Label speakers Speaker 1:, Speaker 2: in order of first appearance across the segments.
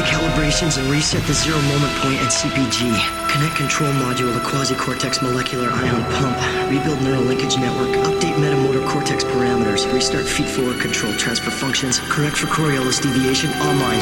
Speaker 1: operations and reset the zero moment point at CPG. Connect control module to quasi-cortex molecular ion pump. Rebuild neural linkage network. Update metamotor cortex parameters. Restart feet forward control transfer functions. Correct for Coriolis deviation. Online.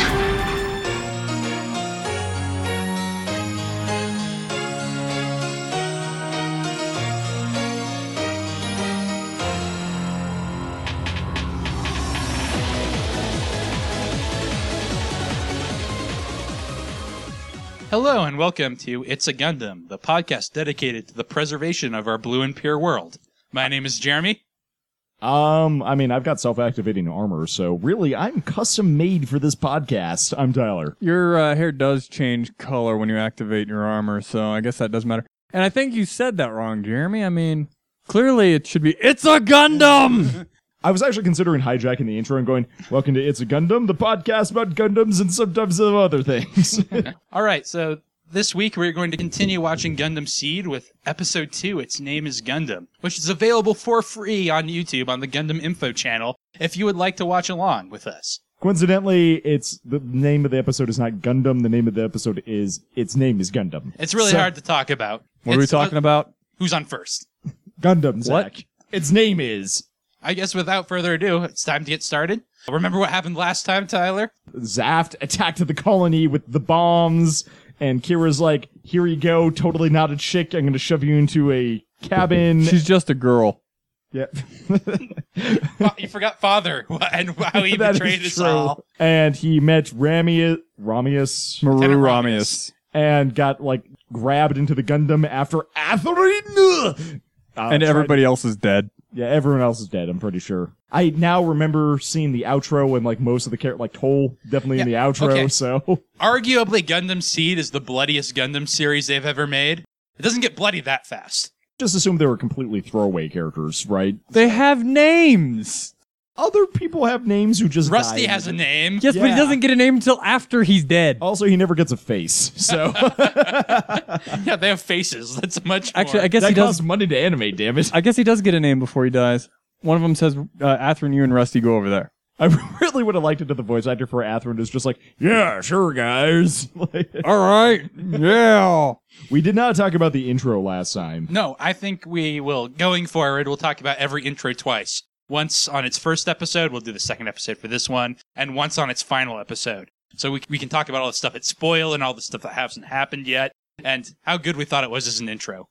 Speaker 2: Hello and welcome to It's a Gundam, the podcast dedicated to the preservation of our blue and pure world. My name is Jeremy.
Speaker 3: Um, I mean, I've got self-activating armor, so really, I'm custom made for this podcast. I'm Tyler.
Speaker 4: Your uh, hair does change color when you activate your armor, so I guess that does matter. And I think you said that wrong, Jeremy. I mean, clearly it should be It's a Gundam!
Speaker 3: I was actually considering hijacking the intro and going, "Welcome to It's a Gundam, the podcast about Gundams and sometimes of other things."
Speaker 2: All right, so this week we're going to continue watching Gundam Seed with episode 2, Its Name is Gundam, which is available for free on YouTube on the Gundam Info channel if you would like to watch along with us.
Speaker 3: Coincidentally, it's the name of the episode is not Gundam. The name of the episode is its name is Gundam.
Speaker 2: It's really
Speaker 3: So-
Speaker 2: hard to talk about.
Speaker 4: What are we
Speaker 2: It's- uh,
Speaker 4: talking about?
Speaker 2: Who's on first?
Speaker 3: Gundam.
Speaker 4: What?
Speaker 3: Zach. Its name is
Speaker 2: I guess without further ado, it's time to get started. Remember what happened last time, Tyler?
Speaker 3: Zaft attacked the colony with the bombs, and Kira's like, "Here you go, totally not a chick. I'm going to shove you into a cabin."
Speaker 4: She's just a girl.
Speaker 3: yep.
Speaker 2: Fa- you forgot father and how he
Speaker 3: That is
Speaker 2: betrayed us
Speaker 3: true.
Speaker 2: all.
Speaker 3: And he met Ramius, Ramius,
Speaker 4: Maru
Speaker 2: Lieutenant
Speaker 4: Ramius.
Speaker 3: and got like grabbed into the Gundam after Atherine. Uh,
Speaker 4: And
Speaker 3: tried-
Speaker 4: everybody else is dead.
Speaker 3: yeah, everyone else is dead. I'm pretty sure. I now remember seeing the outro and like most of the character, like Toll, definitely in the
Speaker 2: Yeah,
Speaker 3: outro.
Speaker 2: okay.
Speaker 3: So
Speaker 2: Arguably, Gundam Seed is the bloodiest Gundam series they've ever made. It doesn't get bloody that fast.
Speaker 3: just assume they were completely throwaway characters, right?
Speaker 4: They have names!
Speaker 3: Other people have names who just
Speaker 2: Rusty
Speaker 3: die.
Speaker 2: has a name.
Speaker 4: Yes, but
Speaker 3: Yeah. Oh,
Speaker 4: he doesn't get a name until after he's dead.
Speaker 3: Also, he never gets a face, so
Speaker 2: Yeah, they have faces. That's much.
Speaker 4: Actually,
Speaker 2: more.
Speaker 4: I guess he
Speaker 3: that
Speaker 4: does.
Speaker 3: costs money to animate. Damn it!
Speaker 4: I guess he does get a name before he dies. One of them says, uh, Athrun, you and Rusty go over there.
Speaker 3: I really would have liked it if the voice actor for Athrun is just like, yeah, sure, guys. Like,
Speaker 4: All right. Yeah.
Speaker 3: we did not talk about the intro last time.
Speaker 2: no. I think we will going forward. We'll talk about every intro twice. Once on its first episode, we'll do the second episode for this one, and once on its final episode. So we we can talk about all the stuff that's spoiled and all the stuff that hasn't happened yet, and how good we thought it was as an intro.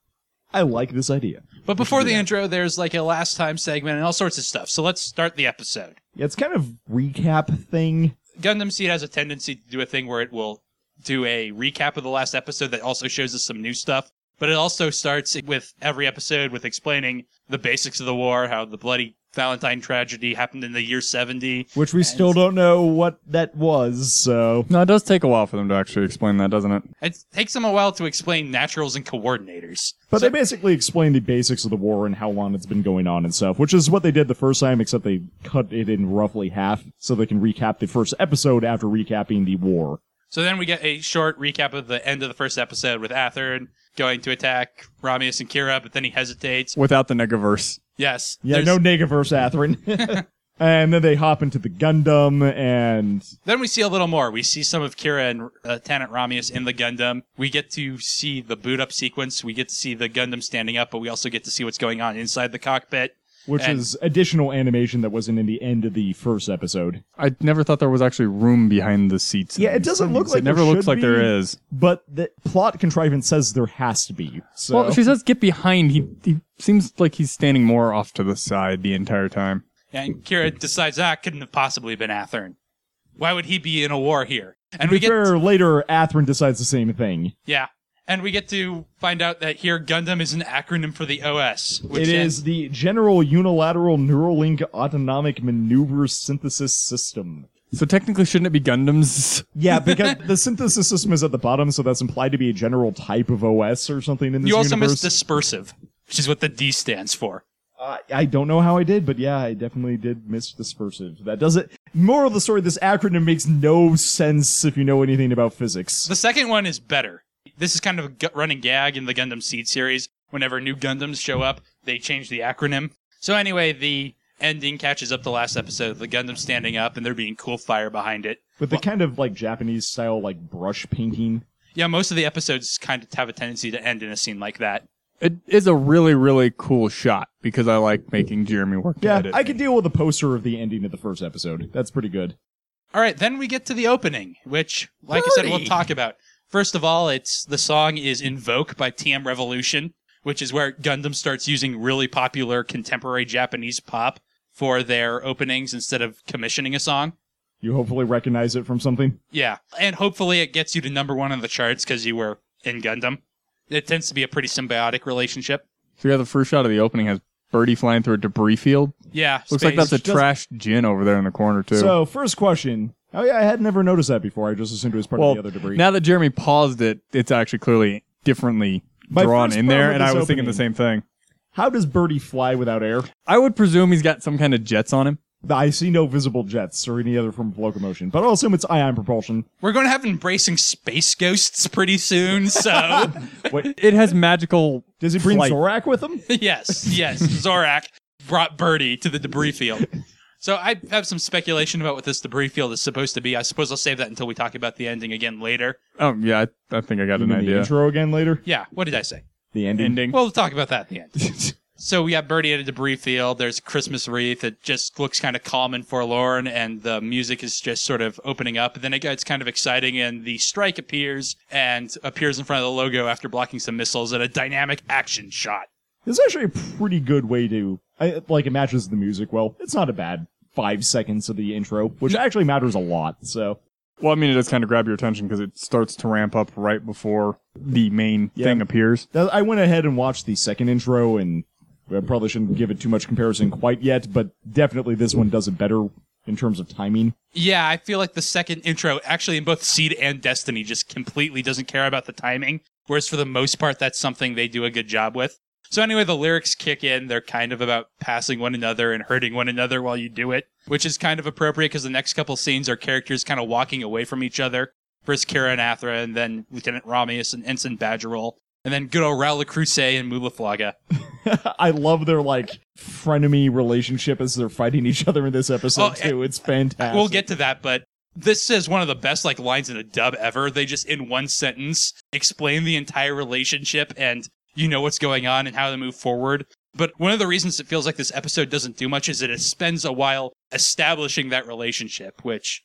Speaker 3: I like this idea.
Speaker 2: But before the intro, there's like a last time segment and all sorts of stuff. So let's start the episode.
Speaker 3: Yeah, it's kind of recap thing.
Speaker 2: Gundam Seed has a tendency to do a thing where it will do a recap of the last episode that also shows us some new stuff. But it also starts with every episode with explaining the basics of the war, how the bloody Valentine tragedy happened in the year 70.
Speaker 3: Which we still don't know what that was, so
Speaker 4: No, it does take a while for them to actually explain that, doesn't it?
Speaker 2: It takes them a while to explain naturals and coordinators.
Speaker 3: but they basically explain the basics of the war and how long it's been going on and stuff, which is what they did the first time, except they cut it in roughly half so they can recap the first episode after recapping the war.
Speaker 2: So then we get a short recap of the end of the first episode with Athern going to attack Ramius and Kira, but then he hesitates.
Speaker 4: Without the negaverse.
Speaker 2: Yes.
Speaker 3: Yeah,
Speaker 2: there's-
Speaker 3: no negaverse, Athrun. and then they hop into the Gundam, and
Speaker 2: Then we see a little more. We see some of Kira and uh, Lieutenant Ramius in the Gundam. We get to see the boot up sequence. We get to see the Gundam standing up, but we also get to see what's going on inside the cockpit.
Speaker 3: which
Speaker 2: And-
Speaker 3: is additional animation that wasn't in the end of the first episode.
Speaker 4: I never thought there was actually room behind the seats. in
Speaker 3: Yeah, it
Speaker 4: these
Speaker 3: doesn't look
Speaker 4: things.
Speaker 3: like
Speaker 4: it never
Speaker 3: there
Speaker 4: looks
Speaker 3: should
Speaker 4: like there
Speaker 3: be.
Speaker 4: is.
Speaker 3: But the plot contrivance says there has to be. So
Speaker 4: Well, she says get behind. He he seems like he's standing more off to the side the entire time.
Speaker 2: And Kira decides that couldn't have possibly been Athern. Why would he be in a war here? And we get
Speaker 3: Fair, later, Athrun decides the same thing.
Speaker 2: yeah, and we get to find out that here Gundam is an acronym for the OS. Which
Speaker 3: It is the General Unilateral Neuralink Autonomic Maneuver Synthesis System.
Speaker 4: So technically, shouldn't it be Gundams?
Speaker 3: Yeah, because the synthesis system is at the bottom, so that's implied to be a general type of OS or something in this
Speaker 2: you also
Speaker 3: universe.
Speaker 2: missed dispersive, which is what the D stands for.
Speaker 3: Uh, I don't know how I did, but yeah, I definitely did miss dispersive. That does it. Moral of the story: this acronym makes no sense if you know anything about physics.
Speaker 2: The second one is better. This is kind of a gu- running gag in the Gundam Seed series. Whenever new Gundams show up, they change the acronym. So anyway, the ending catches up the last episode of the Gundam standing up and there being cool fire behind it.
Speaker 3: But the kind of like Japanese style like brush painting.
Speaker 2: Yeah, most of the episodes kind of have a tendency to end in a scene like that.
Speaker 4: It is a really, really cool shot because I like making Jeremy work
Speaker 3: Yeah,
Speaker 4: at it.
Speaker 3: I could deal with a poster of the ending of the first episode. That's pretty good.
Speaker 2: All right, then we get to the opening, which, like I said, we'll talk about. First of all, it's the song is "Invoke" by TM Revolution, which is where Gundam starts using really popular contemporary Japanese pop for their openings instead of commissioning a song.
Speaker 3: You hopefully recognize it from something.
Speaker 2: Yeah, and hopefully it gets you to number one on the charts because you were in Gundam. It tends to be a pretty symbiotic relationship.
Speaker 4: So yeah, the first shot of the opening has Birdie flying through a debris field.
Speaker 2: Yeah,
Speaker 4: Looks like
Speaker 2: space.
Speaker 4: that's a trash gin over there in the corner too.
Speaker 3: So, first question. Oh yeah, I had never noticed that before. I just assumed it was part
Speaker 4: well,
Speaker 3: of the other debris.
Speaker 4: now that Jeremy paused it, it's actually clearly differently
Speaker 3: My
Speaker 4: drawn
Speaker 3: first
Speaker 4: in
Speaker 3: problem
Speaker 4: there,
Speaker 3: with
Speaker 4: and I
Speaker 3: this
Speaker 4: was thinking the
Speaker 3: opening-
Speaker 4: same thing.
Speaker 3: How does Birdie fly without air?
Speaker 4: I would presume he's got some kind of jets on him.
Speaker 3: I see no visible jets or any other form of locomotion, but I'll assume it's ion propulsion.
Speaker 2: We're going to have embracing space ghosts pretty soon, so
Speaker 3: Wait,
Speaker 4: It has magical.
Speaker 3: does he bring
Speaker 4: Flight.
Speaker 3: Zorak with him?
Speaker 2: yes, yes, Zorak brought Birdie to the debris field. So I have some speculation about what this debris field is supposed to be. I suppose I'll save that until we talk about the ending again later.
Speaker 4: Oh yeah, I, I think I got
Speaker 3: You mean
Speaker 4: an
Speaker 3: The
Speaker 4: idea.
Speaker 3: intro again later.
Speaker 2: Yeah, what did I say?
Speaker 3: The ending.
Speaker 4: Ending.
Speaker 2: Well, we'll talk about that at the end. so we got Birdie at a debris field. There's a Christmas wreath. It just looks kind of calm and forlorn, and the music is just sort of opening up. And then it gets kind of exciting, and the strike appears and appears in front of the logo after blocking some missiles at a dynamic action shot.
Speaker 3: It's actually a pretty good way to I, like it matches the music well. It's not a bad five seconds of the intro, which actually matters a lot. So
Speaker 4: Well, I mean, it does kind of grab your attention because it starts to ramp up right before the main
Speaker 3: Yeah.
Speaker 4: thing appears.
Speaker 3: that, I went ahead and watched the second intro, and I probably shouldn't give it too much comparison quite yet, but definitely this one does it better in terms of timing.
Speaker 2: Yeah, I feel like the second intro, actually in both Seed and Destiny, just completely doesn't care about the timing. Whereas for the most part, that's something they do a good job with. So anyway, the lyrics kick in. They're kind of about passing one another and hurting one another while you do it, which is kind of appropriate because the next couple scenes are characters kind of walking away from each other. First Kira and Athra, and then Lieutenant Ramius and Ensign Badgerol, and then good old Rala Cruce and Mulaflaga.
Speaker 3: I love their like frenemy relationship as they're fighting each other in this episode
Speaker 2: Oh,
Speaker 3: too. It's fantastic.
Speaker 2: We'll get to that, but this is one of the best like lines in a dub ever. They just in one sentence explain the entire relationship and you know what's going on and how to move forward. But one of the reasons it feels like this episode doesn't do much is that it spends a while establishing that relationship, which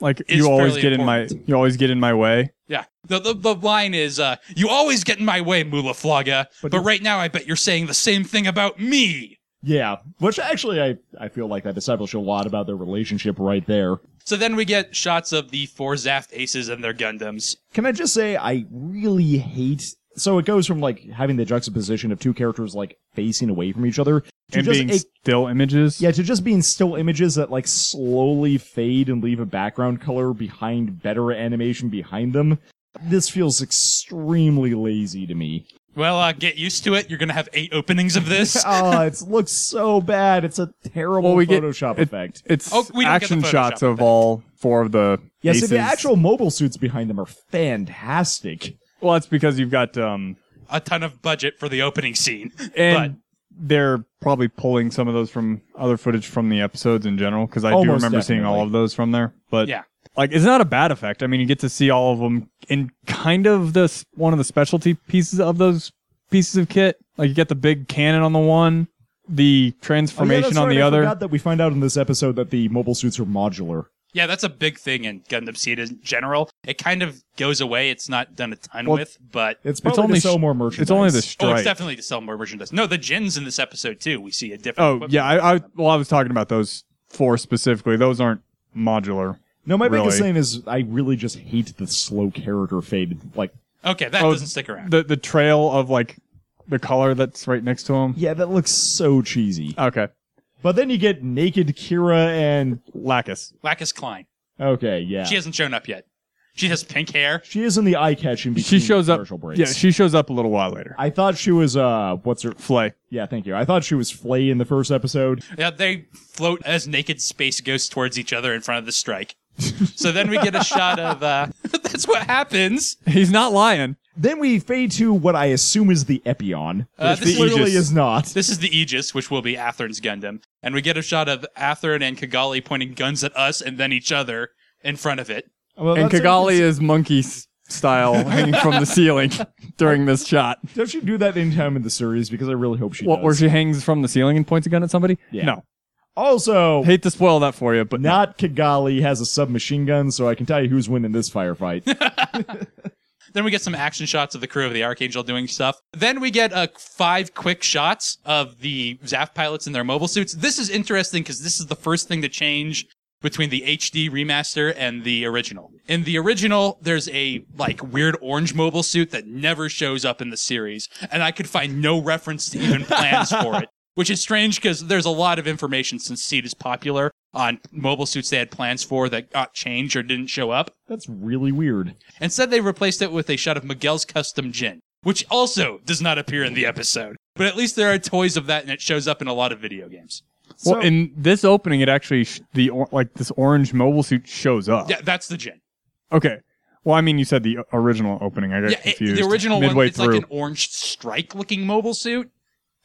Speaker 4: Like
Speaker 2: It's
Speaker 4: you always
Speaker 2: fairly
Speaker 4: get in my,
Speaker 2: important.
Speaker 4: you always get in my way.
Speaker 2: yeah. The, the, the line is, uh, you always get in my way, Mulaflaga, but, but right now I bet you're saying the same thing about me.
Speaker 3: Yeah, which actually I I feel like that established a lot about their relationship right there.
Speaker 2: So then we get shots of the four Zaft aces and their Gundams.
Speaker 3: Can I just say I really hate so it goes from like having the juxtaposition of two characters like facing away from each other to
Speaker 4: and
Speaker 3: just
Speaker 4: being
Speaker 3: a-
Speaker 4: still images.
Speaker 3: yeah, to just being still images that like slowly fade and leave a background color behind better animation behind them. This feels extremely lazy to me.
Speaker 2: Well, uh, get used to it. You're going to have eight openings of this.
Speaker 3: oh, it looks so bad. It's a terrible
Speaker 4: Well, we get-
Speaker 3: Photoshop
Speaker 4: it-
Speaker 3: effect.
Speaker 4: It's
Speaker 2: Oh, we don't get the
Speaker 4: action
Speaker 2: Photoshop
Speaker 4: shots of
Speaker 2: effect.
Speaker 4: all four of the
Speaker 3: yeah, see,
Speaker 4: aces.
Speaker 3: the actual mobile suits behind them are fantastic.
Speaker 4: Well, that's because you've got um,
Speaker 2: a ton of budget for the opening scene.
Speaker 4: and they're probably pulling some of those from other footage from the episodes in general because I do
Speaker 3: Almost
Speaker 4: remember seeing all
Speaker 3: definitely.
Speaker 4: of those from there. But
Speaker 2: Yeah.
Speaker 4: like it's not a bad effect. I mean, you get to see all of them in kind of this one of the specialty pieces of those pieces of kit. Like you get the big cannon on the one, the transformation on the
Speaker 3: I
Speaker 4: other.
Speaker 3: Forgot that we find out in this episode that the mobile suits are modular.
Speaker 2: yeah, that's a big thing in Gundam Seed in general. It kind of goes away. It's not done a ton
Speaker 4: Well,
Speaker 2: with, but
Speaker 3: It's
Speaker 4: It's
Speaker 3: probably
Speaker 4: only
Speaker 3: to sell
Speaker 4: sh-
Speaker 3: more merchandise.
Speaker 4: It's only the
Speaker 2: oh,
Speaker 4: strike.
Speaker 2: it's definitely to sell more merchandise. No, the gins in this episode too. We see a different.
Speaker 4: oh
Speaker 2: equipment.
Speaker 4: yeah, I, I well I was talking about those four specifically. Those aren't modular.
Speaker 3: No, my biggest
Speaker 4: Really.
Speaker 3: thing is I really just hate the slow character fade. Like,
Speaker 2: Okay, that
Speaker 4: Oh,
Speaker 2: doesn't stick around.
Speaker 4: The the trail of like the color that's right next to them.
Speaker 3: yeah, that looks so cheesy.
Speaker 4: Okay,
Speaker 3: But then you get naked Kira and
Speaker 4: Lacus.
Speaker 2: Lacus Klein.
Speaker 3: okay, yeah,
Speaker 2: She hasn't shown up yet. She has pink hair.
Speaker 3: She is in the eye catch in between.
Speaker 4: She shows up.
Speaker 3: commercial breaks.
Speaker 4: Yeah, she shows up a little while later.
Speaker 3: I thought she was uh, what's her?
Speaker 4: Flay.
Speaker 3: Yeah, thank you. I thought she was Flay in the first episode.
Speaker 2: Yeah, they float as naked space ghosts towards each other in front of the strike. so then we get a shot of. Uh, that's what happens.
Speaker 4: He's not lying.
Speaker 3: Then we fade to what I assume is the Epion,
Speaker 2: Uh,
Speaker 3: which
Speaker 2: this is-
Speaker 3: clearly
Speaker 4: Aegis.
Speaker 3: is not.
Speaker 2: This is the Aegis, which will be Athern's Gundam, and we get a shot of Athern and Kigali pointing guns at us and then each other in front of it.
Speaker 3: Well,
Speaker 4: and
Speaker 3: that's-
Speaker 4: Kigali is monkey s- style hanging from the ceiling during this shot.
Speaker 3: Don't you do that anytime in the series? Because I really hope she
Speaker 4: What,
Speaker 3: does.
Speaker 4: where she hangs from the ceiling and points a gun at somebody?
Speaker 3: Yeah.
Speaker 4: No.
Speaker 3: also,
Speaker 4: Hate to spoil that for you, but no.
Speaker 3: not Kigali has a submachine gun, so I can tell you who's winning this firefight.
Speaker 2: Then we get some action shots of the crew of the Archangel doing stuff. Then we get uh, five quick shots of the ZAF pilots in their mobile suits. This is interesting because this is the first thing to change between the HD remaster and the original. In the original, there's a like weird orange mobile suit that never shows up in the series, and I could find no reference to even plans for it. Which is strange because there's a lot of information since Seed is popular on mobile suits they had plans for that got changed or didn't show up.
Speaker 3: That's really weird.
Speaker 2: Instead, they replaced it with a shot of Miguel's custom gin, which also does not appear in the episode. But at least there are toys of that, and it shows up in a lot of video games.
Speaker 4: Well,
Speaker 3: So-
Speaker 4: in this opening, it actually sh- the or- like this orange mobile suit shows up.
Speaker 2: Yeah, that's the gin.
Speaker 4: Okay. Well, I mean, you said the o- original opening. I got
Speaker 2: Yeah, it-
Speaker 4: confused.
Speaker 2: the original
Speaker 4: midway
Speaker 2: one, it's
Speaker 4: through.
Speaker 2: like an orange strike-looking mobile suit.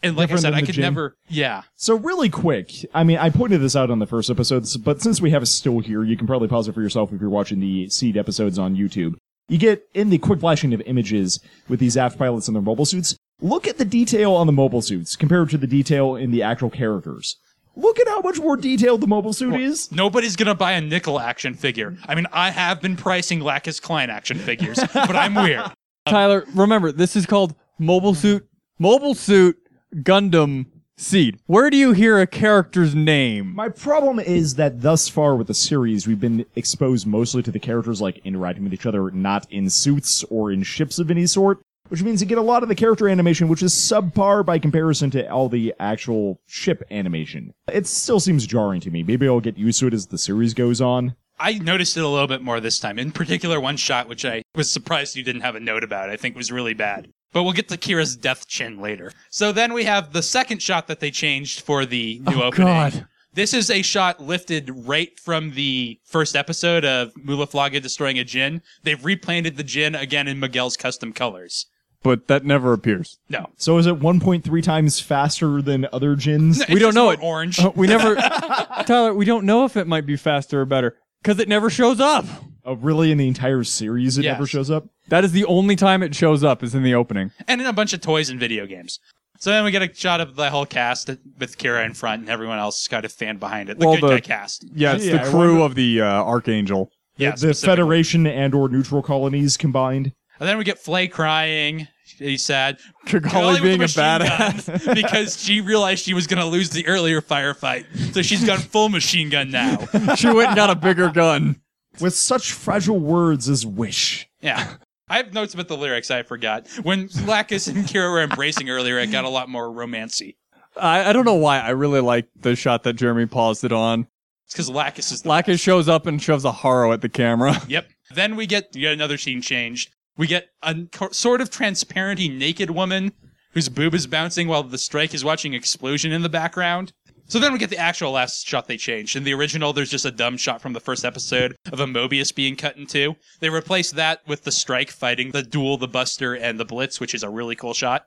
Speaker 2: And like
Speaker 3: Different
Speaker 2: I
Speaker 3: than
Speaker 2: said, I
Speaker 3: the
Speaker 2: could
Speaker 3: gin?
Speaker 2: never. Yeah,
Speaker 3: So really quick, I mean, I pointed this out on the first episode, s- but since we have it still here, you can probably pause it for yourself if you're watching the seed episodes on YouTube. You get in the quick flashing of images with these aft pilots in their mobile suits. Look at the detail on the mobile suits compared to the detail in the actual characters. Look at how much more detailed the mobile suit is.
Speaker 2: nobody's gonna buy a nickel action figure. I mean, I have been pricing Lacus Klein action figures, but I'm weird.
Speaker 4: Tyler, remember this is called Mobile Suit Mobile Suit Gundam Seed. Where do you hear a character's name?
Speaker 3: My problem is that thus far with the series, we've been exposed mostly to the characters like interacting with each other, not in suits or in ships of any sort, which means you get a lot of the character animation, which is subpar by comparison to all the actual ship animation. It still seems jarring to me. Maybe I'll get used to it as the series goes on.
Speaker 2: I noticed it a little bit more this time. In particular, one shot which I was surprised you didn't have a note about. I think was really bad. But we'll get to Kira's death chin later. So then we have the second shot that they changed for the new opening.
Speaker 4: God.
Speaker 2: This is a shot lifted right from the first episode of Mulaflaga destroying a gin. They've replanted the gin again in Miguel's custom colors.
Speaker 4: But that never appears.
Speaker 2: No,
Speaker 3: So is it 1.3 times faster than other gins?
Speaker 2: It's
Speaker 4: we don't
Speaker 2: just
Speaker 4: know
Speaker 2: more
Speaker 4: it.
Speaker 2: orange.
Speaker 4: Uh, we never, Tyler. We don't know if it might be faster or better because it never shows up.
Speaker 3: Oh, really, in the entire series, it
Speaker 2: Yes.
Speaker 3: never shows up?
Speaker 4: That is the only time it shows up is in the opening.
Speaker 2: and in a bunch of toys and video games. So then we get a shot of the whole cast with Kira in front and everyone else kind of fan behind it. The
Speaker 4: Well,
Speaker 2: good
Speaker 4: the-
Speaker 2: guy cast.
Speaker 4: Yeah, it's
Speaker 3: Yeah, I
Speaker 4: the crew of the uh, Archangel.
Speaker 2: Yeah,
Speaker 3: the
Speaker 2: specifically.
Speaker 3: Federation and or neutral colonies combined?
Speaker 2: And then we get Flay crying. He's sad. Golly
Speaker 4: Kigali
Speaker 2: with
Speaker 4: being a
Speaker 2: machine
Speaker 4: badass.
Speaker 2: guns because she realized she was going to lose the earlier firefight. So she's got full machine gun now.
Speaker 4: she went and got a bigger gun.
Speaker 3: With such fragile words as wish.
Speaker 2: Yeah. I have notes about the lyrics I forgot. When Lacus and Kira were embracing earlier, it got a lot more romancy.
Speaker 4: I, I don't know why. I really like the shot that Jeremy paused it on.
Speaker 2: It's because Lacus is the
Speaker 4: Lacus shows up and shoves a haro at the camera.
Speaker 2: Yep. Then we get yet another scene changed. We get a co- sort of transparenty naked woman whose boob is bouncing while the strike is watching explosion in the background. So then we get the actual last shot they changed. In the original, there's just a dumb shot from the first episode of a Mobius being cut in two. They replaced that with the strike fighting the duel, the Buster, and the Blitz, which is a really cool shot.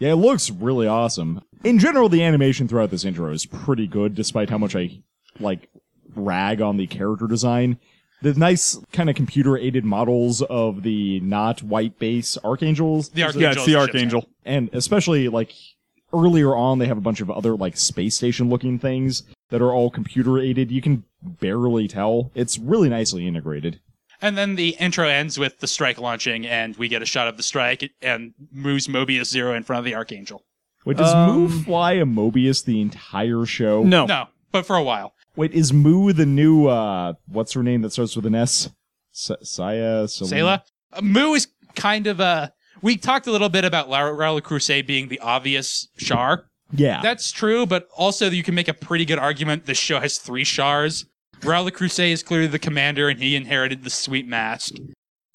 Speaker 3: Yeah, it looks really awesome. In general, the animation throughout this intro is pretty good, despite how much I like rag on the character design. The nice kind of computer aided models of the not white base archangels,
Speaker 2: The Archangel.
Speaker 4: yeah, it's the
Speaker 2: is ship's
Speaker 4: Archangel.
Speaker 3: and especially like earlier on, they have a bunch of other like space station looking things that are all computer aided. You can barely tell. It's really nicely integrated.
Speaker 2: And then the intro ends with the strike launching, and we get a shot of the strike and moves Mobius Zero in front of the Archangel.
Speaker 3: Wait, does
Speaker 4: Um,
Speaker 3: Moo fly a Mobius the entire show?
Speaker 4: No.
Speaker 2: No, but for a while.
Speaker 3: Wait, is Moo the new uh what's her name that starts with an S? S- Saya
Speaker 2: Sayla. Uh, Mu is kind of a. We talked a little bit about La- Raul Crusade being the obvious Char.
Speaker 3: Yeah.
Speaker 2: That's true, but also you can make a pretty good argument this show has three Shars. Raul Crusade is clearly the commander, and he inherited the sweet mask.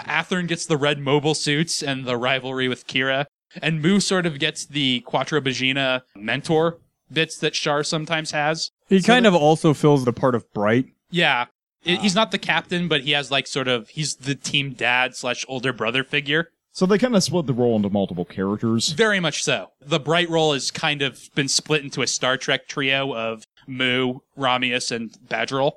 Speaker 2: Athern gets the red mobile suits and the rivalry with Kira. And Mu sort of gets the Quattro Bagina mentor bits that Shar sometimes has.
Speaker 4: He kind of also fills the part of Bright.
Speaker 2: Yeah. I- He's not the captain, but he has like sort of, he's the team dad slash older brother figure.
Speaker 3: So they kind of split the role into multiple characters.
Speaker 2: Very much so. The Bright Roll has kind of been split into a Star Trek trio of Moo, Ramius, and Badgerol.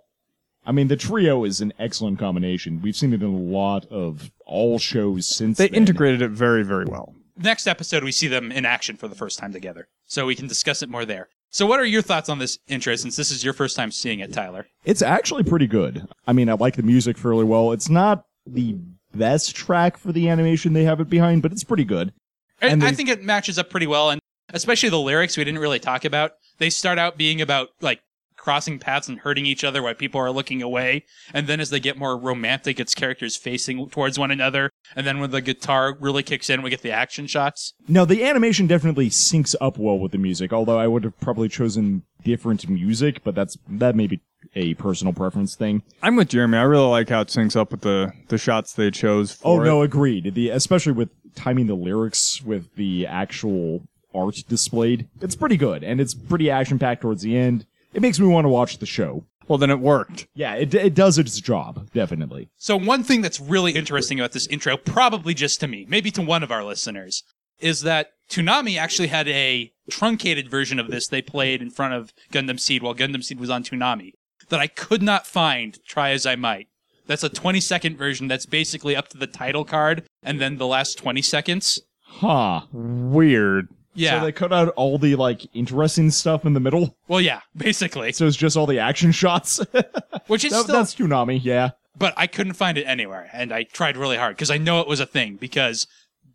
Speaker 3: I mean, the trio is an excellent combination. We've seen it in a lot of all shows since
Speaker 4: They
Speaker 3: then.
Speaker 4: integrated it very, very well.
Speaker 2: Next episode, we see them in action for the first time together, so we can discuss it more there. So, what are your thoughts on this intro since this is your first time seeing it, Tyler?
Speaker 3: It's actually pretty good. I mean, I like the music fairly well. It's not the best track for the animation they have it behind, but it's pretty good.
Speaker 2: And
Speaker 3: And
Speaker 2: I
Speaker 3: they-
Speaker 2: think it matches up pretty well, and especially the lyrics we didn't really talk about. They start out being about like crossing paths and hurting each other while people are looking away, and then as they get more romantic, it's characters facing towards one another, and then when the guitar really kicks in, we get the action shots.
Speaker 3: No, the animation definitely syncs up well with the music, although I would have probably chosen different music, but that's that may be a personal preference thing.
Speaker 4: I'm with Jeremy. I really like how it syncs up with the the shots they chose.
Speaker 3: Oh
Speaker 4: For it.
Speaker 3: no, agreed. The especially with timing the lyrics with the actual art displayed. It's pretty good and it's pretty action packed towards the end. It makes me want to watch the show.
Speaker 4: Well, then it worked.
Speaker 3: Yeah, it it does its job, definitely.
Speaker 2: So one thing that's really interesting about this intro, probably just to me, maybe to one of our listeners, is that Toonami actually had a truncated version of this they played in front of Gundam Seed while Gundam Seed was on Toonami that I could not find, try as I might. That's a 20 second version that's basically up to the title card and then the last 20 seconds.
Speaker 3: Huh.
Speaker 4: Weird.
Speaker 2: Yeah.
Speaker 3: So they cut out all the like interesting stuff in the middle.
Speaker 2: well, yeah, basically.
Speaker 3: So it's just all the action shots. That-
Speaker 2: Which is still
Speaker 3: That's Toonami, yeah.
Speaker 2: but I couldn't find it anywhere, and I tried really hard because I know it was a thing because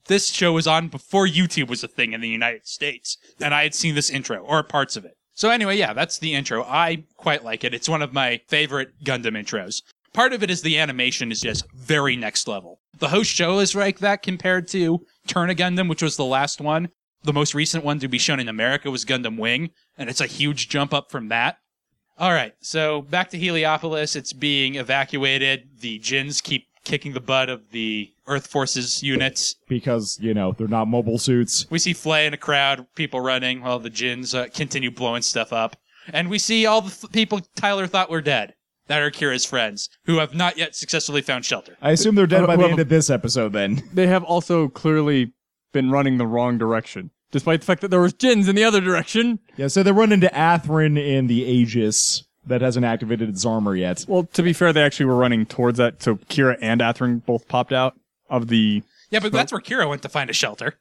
Speaker 2: this show was on before YouTube was a thing in the United States, and I had seen this intro or parts of it. So anyway, yeah, that's the intro. I quite like it. It's one of my favorite Gundam intros. Part of it is the animation is just very next level. The host show is like that compared to Turn a Gundam, which was the last one. The most recent one to be shown in America was Gundam Wing, and it's a huge jump up from that. All right, so back to Heliopolis. It's being evacuated. The Jins keep kicking the butt of the Earth Forces units.
Speaker 3: Because, you know, they're not mobile suits.
Speaker 2: We see Flay in a crowd, people running, while the Jins uh, continue blowing stuff up. And we see all the th- people Tyler thought were dead that are Kira's friends, who have not yet successfully found shelter.
Speaker 3: I assume they're dead by the
Speaker 4: Well-
Speaker 3: end of this episode then.
Speaker 4: They have also clearly been running the wrong direction, despite the fact that there was gins in the other direction.
Speaker 3: Yeah, so they run into Atherin in the Aegis that hasn't activated its armor yet.
Speaker 4: Well, to be fair, they actually were running towards that. So Kira and Atherin both popped out of the
Speaker 2: Yeah, but that's where Kira went to find a shelter.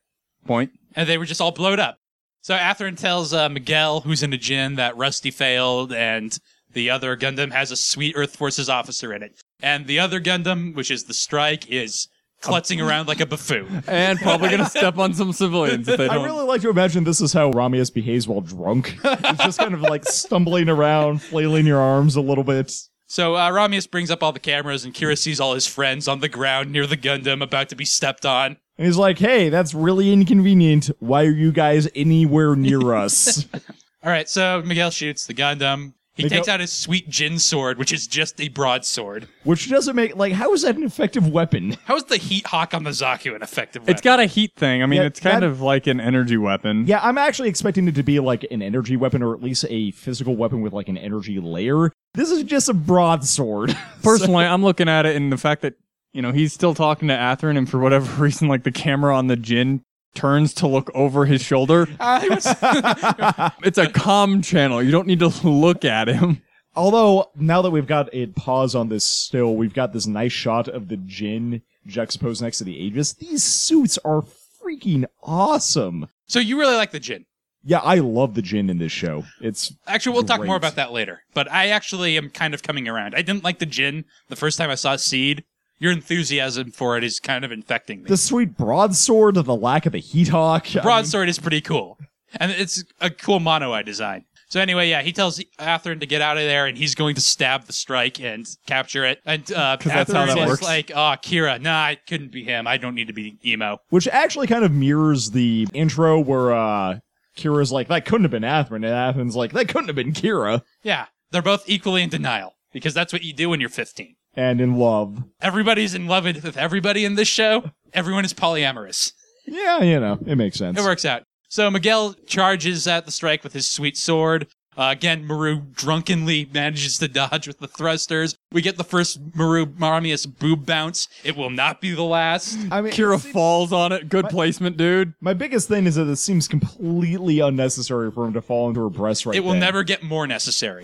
Speaker 4: point.
Speaker 2: and they were just all blowed up. So Atherin tells uh, Miguel, who's in a gin, that Rusty failed, and the other Gundam has a sweet Earth Forces officer in it. And the other Gundam, which is the Strike, is klutzing around like a buffoon.
Speaker 4: And probably gonna step on some civilians if they
Speaker 3: I
Speaker 4: don't.
Speaker 3: really like to imagine this is how Ramius behaves while drunk. He's just kind of like stumbling around, flailing your arms a little bit.
Speaker 2: So uh, Ramius brings up all the cameras, and Kira sees all his friends on the ground near the Gundam about to be stepped on.
Speaker 3: And he's like, hey, that's really inconvenient. Why are you guys anywhere near us?
Speaker 2: All right, so Miguel shoots the Gundam. He
Speaker 3: They
Speaker 2: takes
Speaker 3: go-
Speaker 2: out his sweet gin sword, which is just a broadsword.
Speaker 3: Which doesn't make, like, how is that an effective weapon?
Speaker 2: How is the heat hawk on the Zaku an effective weapon?
Speaker 4: It's got a heat thing. I mean,
Speaker 3: Yeah,
Speaker 4: it's kind
Speaker 3: that-
Speaker 4: of like an energy weapon.
Speaker 3: Yeah, I'm actually expecting it to be like an energy weapon or at least a physical weapon with like an energy layer. This is just a broadsword.
Speaker 4: Personally, I'm looking at it and the fact that you know he's still talking to Atherin, and for whatever reason, like the camera on the gin turns to look over his shoulder.
Speaker 2: I was-
Speaker 4: It's a com channel. You don't need to look at him.
Speaker 3: Although now that we've got a pause on this still, we've got this nice shot of the Jin juxtaposed next to the Aegis. These suits are freaking awesome.
Speaker 2: so you really like the gin.
Speaker 3: Yeah, I love the Jin in this show. It's
Speaker 2: Actually, we'll talk more
Speaker 3: Great.
Speaker 2: about that later. But I actually am kind of coming around. I didn't like the gin the first time I saw Seed. Your enthusiasm for it is kind of infecting me.
Speaker 3: the sweet broadsword of the lack of a heat hawk. I mean,
Speaker 2: Broadsword is pretty cool, and it's a cool mono I designed. So anyway, yeah, he tells Atherin to get out of there, and he's going to stab the strike and capture it. And uh, Atherin
Speaker 4: that's how that
Speaker 2: is
Speaker 4: works.
Speaker 2: like, "Oh, Kira, nah, it couldn't be him. I don't need to be emo."
Speaker 3: which actually kind of mirrors the intro where uh Kira's like, that couldn't have been Atherin, and Atherin's like, that couldn't have been Kira.
Speaker 2: Yeah, they're both equally in denial because that's what you do when you're 15.
Speaker 3: And in love.
Speaker 2: Everybody's in love with everybody in this show. Everyone is polyamorous.
Speaker 3: Yeah, you know, it makes sense.
Speaker 2: It works out. So Miguel charges at the strike with his sweet sword. Uh, again, Maru drunkenly manages to dodge with the thrusters. We get the first Maru Marmius boob bounce. It will not be the last.
Speaker 3: I mean,
Speaker 4: Kira falls on it. Good placement, dude.
Speaker 3: my biggest thing is that it seems completely unnecessary for him to fall into her breast right
Speaker 2: It will
Speaker 3: then.
Speaker 2: never get more necessary.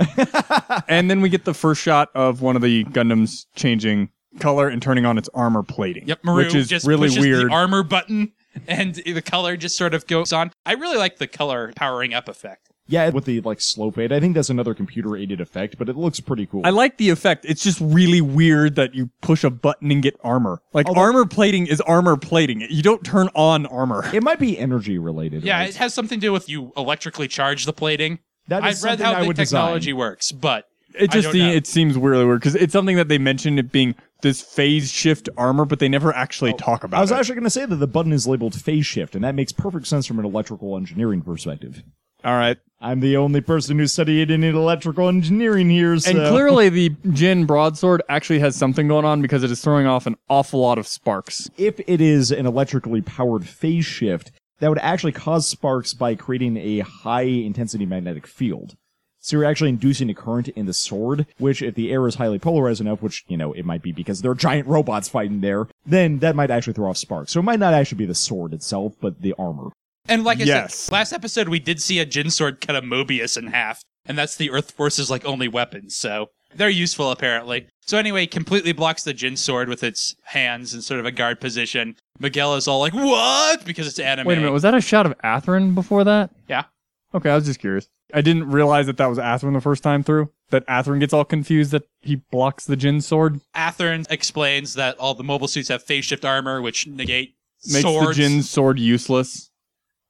Speaker 4: And then we get the first shot of one of the Gundams changing color and turning on its armor plating.
Speaker 2: Yep, Maru
Speaker 4: which is
Speaker 2: just
Speaker 4: really
Speaker 2: pushes
Speaker 4: weird.
Speaker 2: the armor button, and the color just sort of goes on. I really like the color powering up effect.
Speaker 3: Yeah, with the like slow fade. I think that's another computer aided effect, but it looks pretty cool.
Speaker 4: I like the effect. It's just really weird that you push a button and get armor. Like armor plating is armor plating. You don't turn on armor.
Speaker 3: it might be energy related.
Speaker 2: Yeah,
Speaker 3: right?
Speaker 2: it has something to do with you electrically charge the plating.
Speaker 3: That
Speaker 2: I've
Speaker 3: is
Speaker 2: read
Speaker 3: something
Speaker 2: how
Speaker 3: I
Speaker 2: the
Speaker 3: would design.
Speaker 2: technology works, but
Speaker 4: It
Speaker 2: I
Speaker 4: just
Speaker 2: don't
Speaker 4: the,
Speaker 2: know.
Speaker 4: it seems really weird because it's something that they mentioned it being this phase shift armor, but they never Oh, actually talk about
Speaker 3: I was
Speaker 4: it.
Speaker 3: actually going to say that the button is labeled phase shift, and that makes perfect sense from an electrical engineering perspective.
Speaker 4: All right.
Speaker 3: I'm the only person who studied in electrical engineering here, so
Speaker 4: And clearly, the Jin broadsword actually has something going on because it is throwing off an awful lot of sparks.
Speaker 3: if it is an electrically powered phase shift, that would actually cause sparks by creating a high intensity magnetic field. So you're actually inducing a current in the sword, which if the air is highly polarized enough, which, you know, it might be because there are giant robots fighting there, then that might actually throw off sparks. So it might not actually be the sword itself, but the armor.
Speaker 2: and like I
Speaker 4: Yes.
Speaker 2: said, last episode we did see a Jin sword cut a Mobius in half, and that's the Earth Force's like only weapon, so they're useful apparently. So anyway, completely blocks the Jin sword with its hands in sort of a guard position. Miguel is all like, "What?" because it's anime.
Speaker 4: Wait a minute, was that a shot of Atherin before that?
Speaker 2: yeah.
Speaker 4: Okay, I was just curious. I didn't realize that that was Atherin the first time through. That Atherin gets all confused that he blocks the Jin sword,
Speaker 2: Atherin explains that all the mobile suits have phase shift armor, which negate
Speaker 4: makes
Speaker 2: swords
Speaker 4: the Jin sword useless.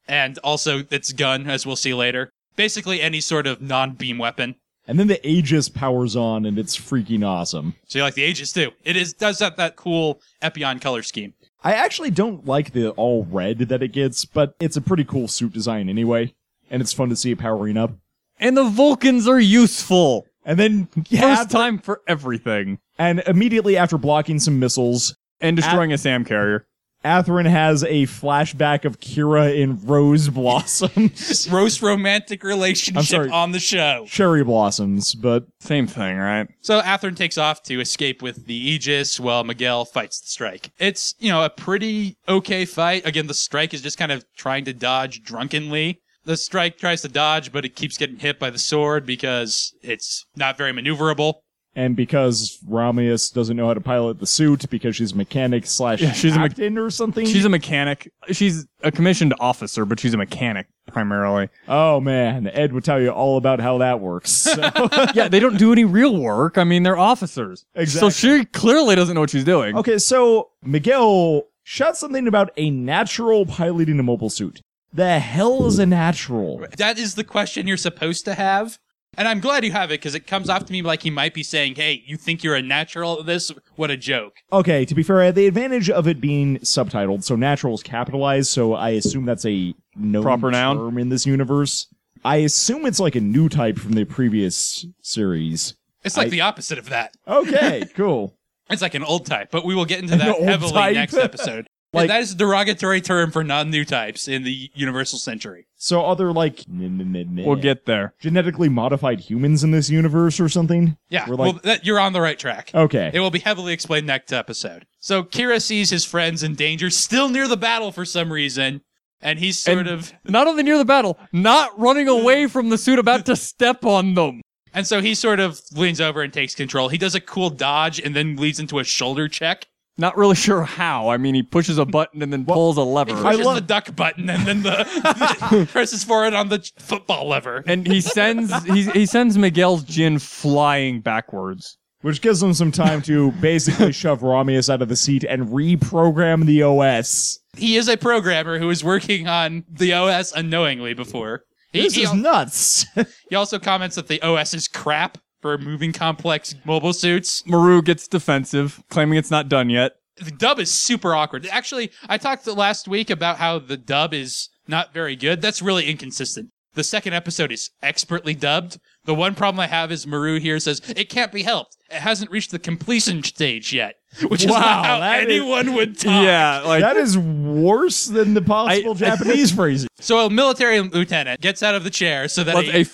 Speaker 2: and also its gun, as we'll see later. Basically, any sort of non-beam weapon.
Speaker 3: And then the Aegis powers on and it's freaking awesome.
Speaker 2: So you like the Aegis too. It is does have that cool Epion color scheme.
Speaker 3: I actually don't like the all red that it gets, but it's a pretty cool suit design anyway. And it's fun to see it powering up.
Speaker 4: And the Vulcans are useful.
Speaker 3: And then, yeah,
Speaker 4: First time for everything.
Speaker 3: and immediately after blocking some missiles,
Speaker 4: And destroying a Sam carrier.
Speaker 3: Atherin has a flashback of Kira in rose blossoms,
Speaker 2: Gross romantic
Speaker 3: I'm
Speaker 2: relationship
Speaker 3: sorry.
Speaker 2: on the show.
Speaker 3: cherry blossoms, but
Speaker 4: Same thing, right?
Speaker 2: So Atherin takes off to escape with the Aegis while Miguel fights the strike. It's, you know, a pretty okay fight. Again, the strike is just kind of trying to dodge drunkenly. The strike tries to dodge, but it keeps getting hit by the sword because it's not very maneuverable.
Speaker 3: and because Ramius doesn't know how to pilot the suit because she's a mechanic slash
Speaker 4: Yeah, she's a me-
Speaker 3: captain or something.
Speaker 4: She's a mechanic. She's a commissioned officer, but she's a mechanic primarily.
Speaker 3: oh man, Ed would tell you all about how that works. So-
Speaker 4: yeah, they don't do any real work. I mean, they're officers.
Speaker 3: Exactly.
Speaker 4: So she clearly doesn't know what she's doing.
Speaker 3: Okay, so Miguel shouts something about a natural piloting a mobile suit. The hell is a natural?
Speaker 2: That is the question you're supposed to have. And I'm glad you have it because it comes off to me like he might be saying, hey, you think you're a natural at this? What a joke.
Speaker 3: Okay, to be fair, I had the advantage of it being subtitled, so natural is capitalized, so I assume that's a known
Speaker 4: Proper noun?
Speaker 3: term in this universe. I assume it's like a new type from the previous series.
Speaker 2: It's like the opposite of that.
Speaker 3: Okay, cool.
Speaker 2: It's like an old type, but we will get into that
Speaker 3: old
Speaker 2: heavily
Speaker 3: type.
Speaker 2: next episode.
Speaker 3: Like-
Speaker 2: And that is a derogatory term for non new types in the universal century.
Speaker 3: So other like we'll
Speaker 4: We'll get there.
Speaker 3: genetically modified humans in this universe or something?
Speaker 2: Yeah,
Speaker 3: We're like
Speaker 2: well, that, you're on the right track.
Speaker 3: okay.
Speaker 2: It will be heavily explained next episode. So Kira sees his friends in danger, still near the battle for some reason, and he's sort
Speaker 4: And-
Speaker 2: of
Speaker 4: Not only near the battle, not running away from the suit about to step on them.
Speaker 2: And so he sort of leans over and takes control. He does a cool dodge and then leads into a shoulder check.
Speaker 4: Not really sure how. I mean, he pushes a button and then pulls a lever.
Speaker 2: Pushes the duck button and then the presses forward on the ch- football lever.
Speaker 4: and he sends he, he sends Miguel's gin flying backwards.
Speaker 3: Which gives them some time to basically shove Ramius out of the seat and reprogram the OS.
Speaker 2: He is a programmer who was working on the OS unknowingly before. He,
Speaker 3: This
Speaker 2: he,
Speaker 3: is
Speaker 2: al-
Speaker 3: nuts.
Speaker 2: he also comments that the OS is crap for moving complex mobile suits.
Speaker 4: Maru gets defensive, claiming it's not done yet.
Speaker 2: The dub is super awkward. Actually, I talked last week about how the dub is not very good. That's really inconsistent. The second episode is expertly dubbed. The one problem I have is Maru here says it can't be helped. It hasn't reached the completion stage yet, which is
Speaker 4: Wow,
Speaker 2: not how
Speaker 4: that is-
Speaker 2: anyone would talk.
Speaker 4: yeah, like
Speaker 3: That is worse than the possible
Speaker 4: I-
Speaker 3: Japanese phrasing.
Speaker 2: So a military lieutenant gets out of the chair so that
Speaker 4: Well, a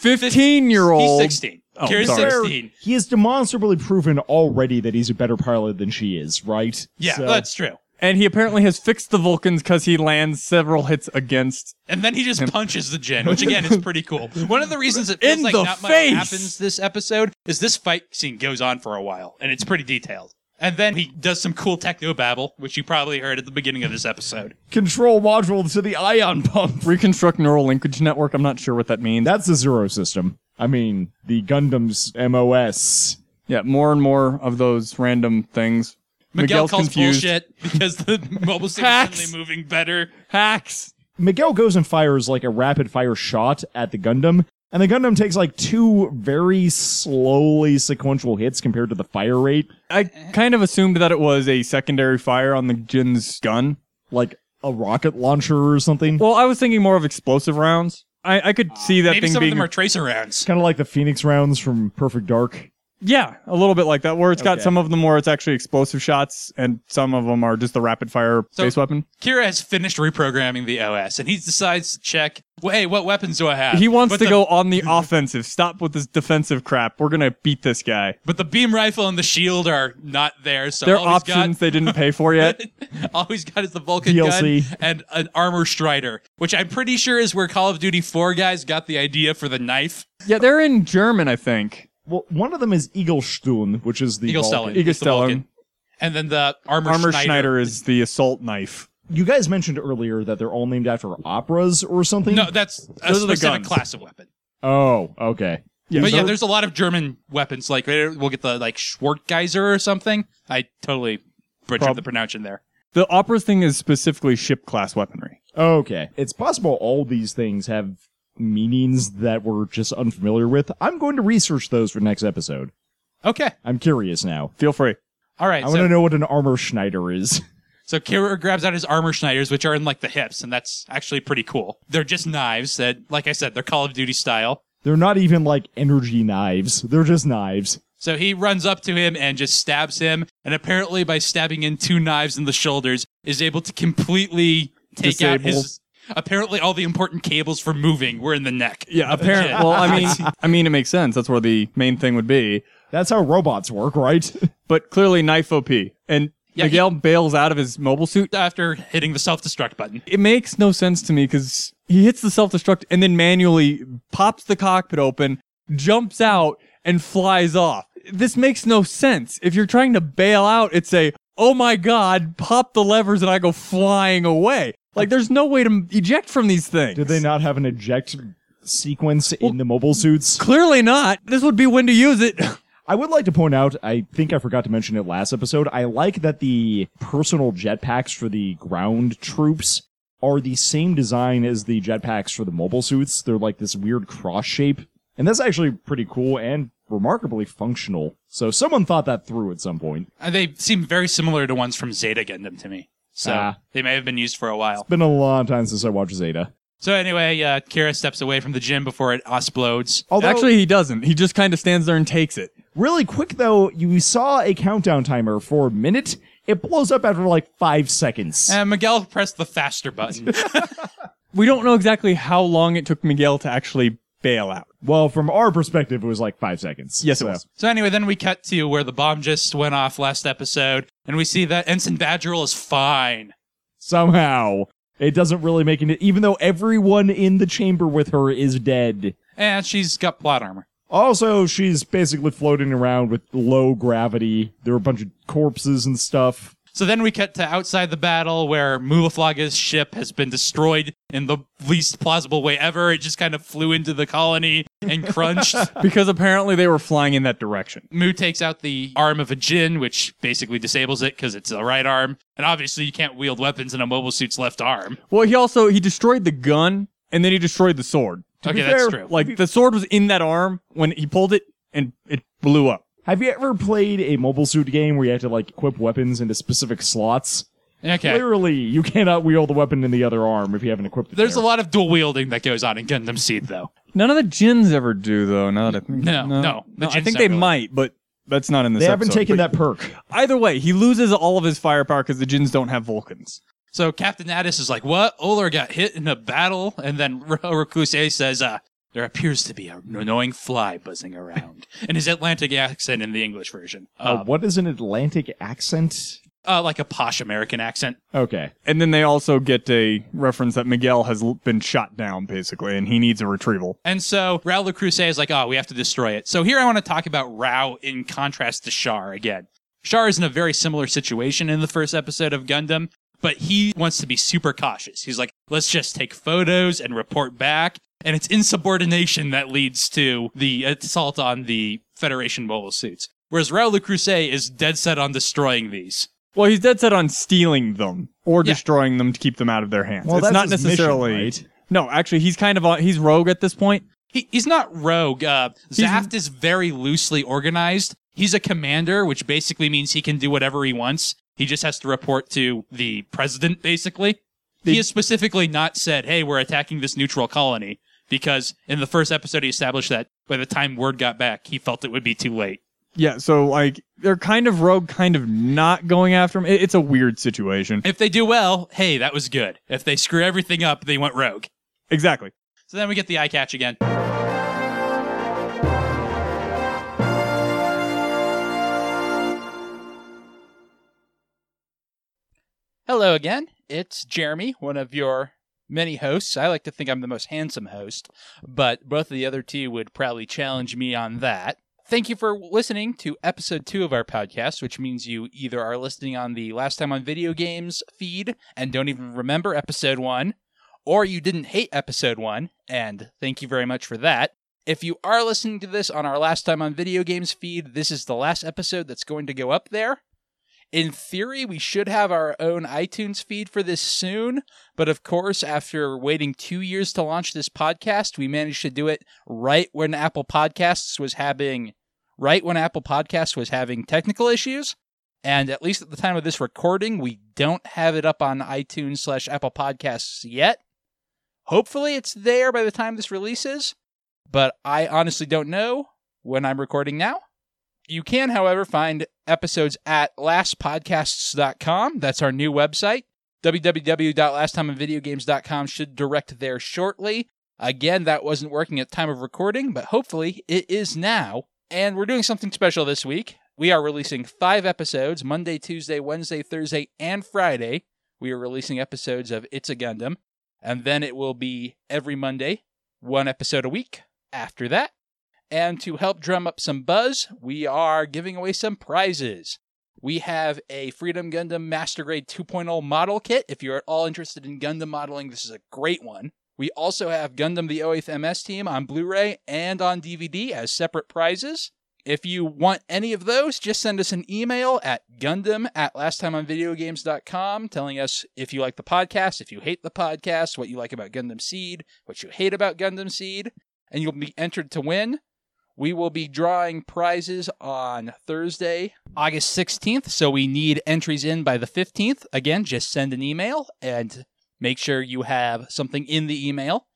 Speaker 4: 15-year-old
Speaker 2: He's 16.
Speaker 4: Oh,
Speaker 2: Kira's
Speaker 4: sorry.
Speaker 2: 16.
Speaker 3: He has demonstrably proven already that he's a better pilot than she is, right?
Speaker 2: Yeah,
Speaker 3: So-
Speaker 2: that's true.
Speaker 4: and he apparently has fixed the Vulcans because he lands several hits against.
Speaker 2: And then he just punches the gin, which again is pretty cool. One of the reasons it feels
Speaker 4: In
Speaker 2: like
Speaker 4: the
Speaker 2: not
Speaker 4: face!
Speaker 2: much happens this episode is this fight scene goes on for a while, and it's pretty detailed. And then he does some cool techno babble, which you probably heard at the beginning of this episode.
Speaker 3: Control module to the ion pump.
Speaker 4: Reconstruct neural linkage network. I'm not sure what that means.
Speaker 3: That's the Zero system. I mean, the Gundam's MOS.
Speaker 4: yeah, more and more of those random things.
Speaker 2: Miguel
Speaker 4: Miguel's
Speaker 2: calls
Speaker 4: confused.
Speaker 2: bullshit because the mobile suit is
Speaker 4: Hacks.
Speaker 2: suddenly moving better.
Speaker 4: Hacks.
Speaker 3: Miguel goes and fires like a rapid fire shot at the Gundam, and the Gundam takes like two very slowly sequential hits compared to the fire rate,
Speaker 4: I kind of assumed that it was a secondary fire on the Jin's gun.
Speaker 3: like a rocket launcher or something.
Speaker 4: Well, I was thinking more of explosive rounds. I, I could see that
Speaker 2: Ah, Maybe
Speaker 4: thing
Speaker 2: some of
Speaker 4: being
Speaker 2: them are tracer rounds.
Speaker 3: kind of like the Phoenix rounds from Perfect Dark.
Speaker 4: yeah, a little bit like that. Where it's got
Speaker 3: Okay.
Speaker 4: some of them where it's actually explosive shots, and some of them are just the rapid fire
Speaker 2: So-
Speaker 4: base weapon.
Speaker 2: Kira has finished reprogramming the OS, and he decides to check. Well, hey, what weapons do I have?
Speaker 4: He wants
Speaker 2: uh, But
Speaker 4: to
Speaker 2: the-
Speaker 4: go on the offensive. Stop with this defensive crap. We're gonna beat this guy.
Speaker 2: but the beam rifle and the shield are not there. So
Speaker 4: Their
Speaker 2: all he's got-
Speaker 4: options they didn't pay for yet.
Speaker 2: all he's got is the Vulcan
Speaker 3: DLC.
Speaker 2: gun and an armor strider, which I'm pretty sure is where Call of Duty 4 guys got the idea for the knife.
Speaker 4: yeah, they're in German, I think.
Speaker 3: Well, one of them is Eaglestun, which is the
Speaker 2: Eagle
Speaker 3: Vulcan.
Speaker 4: Eagle Stellan.
Speaker 2: And then the armor,
Speaker 4: Armor
Speaker 2: Schneider.
Speaker 4: Schneider is the assault knife.
Speaker 3: You guys mentioned earlier that they're all named after operas or something.
Speaker 2: No, that's a
Speaker 4: Those are the
Speaker 2: specific
Speaker 4: guns.
Speaker 2: class of weapon.
Speaker 3: Oh, okay.
Speaker 4: Yeah,
Speaker 2: but yeah,
Speaker 4: they're-
Speaker 2: there's a lot of German weapons. Like later we'll get the like Schwertgeiser or something. I totally butchered
Speaker 4: Prob-
Speaker 2: the pronunciation there.
Speaker 4: the operas thing is specifically ship class weaponry.
Speaker 3: Okay. It's possible all these things have meanings that we're just unfamiliar with. I'm going to research those for next episode.
Speaker 2: Okay,
Speaker 3: I'm curious now.
Speaker 4: Feel free.
Speaker 2: all right.
Speaker 3: I
Speaker 2: so-
Speaker 3: want to know what an armor Schneider is.
Speaker 2: So Kira grabs out his armor schneiders, which are in like the hips, and that's actually pretty cool. They're just knives that, like I said, they're Call of Duty style.
Speaker 3: They're not even like energy knives. They're just knives.
Speaker 2: So he runs up to him and just stabs him, and apparently by stabbing in two knives in the shoulders, is able to completely take out
Speaker 4: Disable.
Speaker 2: his. Apparently, all the important cables for moving were in the neck.
Speaker 4: Yeah, apparently. Well, I mean, I mean, it makes sense. That's where the main thing would be.
Speaker 3: That's how robots work, right?
Speaker 4: But clearly, knife OP, and
Speaker 2: Yeah,
Speaker 4: Miguel bails out of his mobile suit.
Speaker 2: After hitting the self-destruct button,
Speaker 4: It makes no sense to me because he hits the self-destruct and then manually pops the cockpit open, jumps out, and flies off. This makes no sense. If you're trying to bail out, it's a oh my god, pop the levers and I go flying away. Like there's no way to eject from these things.
Speaker 3: Did they not have an eject sequence in the mobile suits?
Speaker 4: Clearly not. This would be when to use it.
Speaker 3: I would like to point out, I think I forgot to mention it last episode. I like that the personal jetpacks for the ground troops are the same design as the jetpacks for the mobile suits. They're like this weird cross shape. And that's actually pretty cool and remarkably functional. So someone thought that through at some point.
Speaker 2: Uh, they seem very similar to ones from Zeta Gundam to me. So
Speaker 3: Ah.
Speaker 2: they may have been used for a while.
Speaker 3: Been a long time since I watched Zeta.
Speaker 2: So anyway, uh, Kira steps away from the gym before it explodes.
Speaker 3: Although,
Speaker 4: Actually, he doesn't. He just kind of stands there and takes it.
Speaker 3: really quick though, you saw a countdown timer for a minute. It blows up after like five seconds.
Speaker 4: Eh.
Speaker 2: And Uh, Miguel pressed the faster button.
Speaker 4: We don't know exactly how long it took Miguel to actually bail out.
Speaker 3: well, from our perspective, it was like five seconds.
Speaker 4: Yes, it
Speaker 3: So-
Speaker 4: was.
Speaker 2: so anyway, then we cut to where the bomb just went off last episode, and we see that Ensign Badgeril is fine.
Speaker 3: somehow. It doesn't really make it, even though everyone in the chamber with her is dead.
Speaker 2: And she's got plot armor.
Speaker 3: Also, she's basically floating around with low gravity. There are a bunch of corpses and stuff.
Speaker 2: So then we cut to outside the battle where Mulaflaga's ship has been destroyed in the least plausible way ever. It just kind of flew into the colony and crunched.
Speaker 4: Because apparently they were flying in that direction.
Speaker 2: Moo takes out the arm of a Jin, which basically disables it because it's the right arm. And obviously, you can't wield weapons in a mobile suit's left arm.
Speaker 4: Well, he also he destroyed the gun and then he destroyed the sword.
Speaker 2: okay,
Speaker 3: fair,
Speaker 2: that's true.
Speaker 4: Like the sword was in that arm when he pulled it and it blew up.
Speaker 3: Have you ever played a mobile suit game where you have to like equip weapons into specific slots?
Speaker 2: Okay.
Speaker 3: Clearly, you cannot wield the weapon in the other arm if you haven't equipped it.
Speaker 2: There's
Speaker 3: there.
Speaker 2: a lot of dual wielding that goes on in Gundam Seed, though.
Speaker 4: None of the gins ever do though. Now that I think,
Speaker 2: No, no, the
Speaker 4: I
Speaker 2: gins don't
Speaker 4: think they
Speaker 2: really.
Speaker 4: might, but that's not in this.
Speaker 3: They haven't
Speaker 4: episode.
Speaker 3: taken
Speaker 4: But
Speaker 3: that perk.
Speaker 4: Either way, he loses all of his firepower because the gins don't have Vulcans.
Speaker 2: So Captain Addis is like, "What? Oler got hit in a battle?" And then R- Rokuse says, uh, "There appears to be an annoying fly buzzing around." in his Atlantic accent in the English version,
Speaker 3: Uh,
Speaker 2: uh,
Speaker 3: what is an Atlantic accent?
Speaker 2: uh, like a posh American accent.
Speaker 3: Okay.
Speaker 4: And then they also get a reference that Miguel has l- been shot down basically, and he needs a retrieval.
Speaker 2: And so Rao LaCrusade is like, oh, we have to destroy it. So here I want to talk about Rao in contrast to Shar again. Shar is in a very similar situation in the first episode of Gundam, but he wants to be super cautious. He's like, let's just take photos and report back. And it's insubordination that leads to the assault on the Federation mobile suits. Whereas Rao LaCrusade is dead set on destroying these.
Speaker 4: Well, he's dead set on stealing them or
Speaker 2: Yeah.
Speaker 4: destroying them to keep them out of their hands.
Speaker 3: Well,
Speaker 4: it's
Speaker 3: that's
Speaker 4: not
Speaker 3: his mission,
Speaker 4: necessarily.
Speaker 3: right?
Speaker 4: No, actually, he's kind of on, he's rogue at this point.
Speaker 2: He, he's not rogue. Uh, Zaft is very loosely organized. He's a commander, which basically means he can do whatever he wants. He just has to report to the president, basically. he has specifically not said, hey, we're attacking this neutral colony, because in the first episode, he established that by the time word got back, he felt it would be too late.
Speaker 4: Yeah, so like they're kind of rogue, kind of not going after him. It- it's a weird situation.
Speaker 2: If they do well, hey, that was good. If they screw everything up, they went rogue.
Speaker 4: Exactly.
Speaker 2: So then we get the eye catch again. Hello again. It's Jeremy, one of your many hosts. I like to think I'm the most handsome host, but both of the other two would probably challenge me on that. Thank you for listening to episode two of our podcast, which means you either are listening on the Last Time on Video Games feed and don't even remember episode one, or you didn't hate episode one, and thank you very much for that. If you are listening to this on our last time on video games feed, this is the last episode that's going to go up there. In theory, we should have our own iTunes feed for this soon, but of course, after waiting two years to launch this podcast, we managed to do it right when Apple Podcasts was having right when Apple Podcasts was having technical issues. And at least at the time of this recording, we don't have it up on iTunes slash Apple Podcasts yet. Hopefully, it's there by the time this releases, but I honestly don't know when I'm recording now. You can, however, find episodes at lastpodcasts.com. That's our new website. www.lasttimeonvideogames.com should direct there shortly. Again, that wasn't working at the time of recording, but hopefully it is now. And we're doing something special this week. We are releasing five episodes Monday, Tuesday, Wednesday, Thursday, and Friday. We are releasing episodes of It's a Gundam and then it will be every Monday, one episode a week after that. And to help drum up some buzz, we are giving away some prizes. We have a Freedom Gundam Master Grade 2.0 model kit. If you're at all interested in Gundam modeling, this is a great one. We also have Gundam the OAth MS team on Blu ray and on DVD as separate prizes. If you want any of those, just send us an email at gundam at lasttimeonvideogames.com telling us if you like the podcast, if you hate the podcast, what you like about Gundam Seed, what you hate about Gundam Seed, and you'll be entered to win. We will be drawing prizes on Thursday, August 16th, so we need entries in by the 15th. Again, just send an email and make sure you have something in the email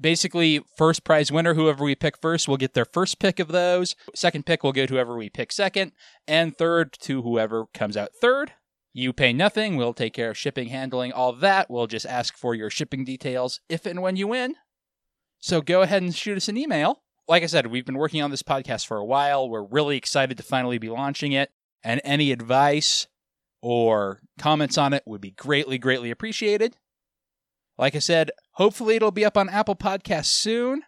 Speaker 2: basically first prize winner whoever we pick first will get their first pick of those second pick will go to whoever we pick second and third to whoever comes out third you pay nothing we'll take care of shipping handling all that we'll just ask for your shipping details if and when you win so go ahead and shoot us an email like i said we've been working on this podcast for a while we're really excited to finally be launching it and any advice or comments on it would be greatly greatly appreciated like I said, hopefully it'll be up on Apple Podcasts soon.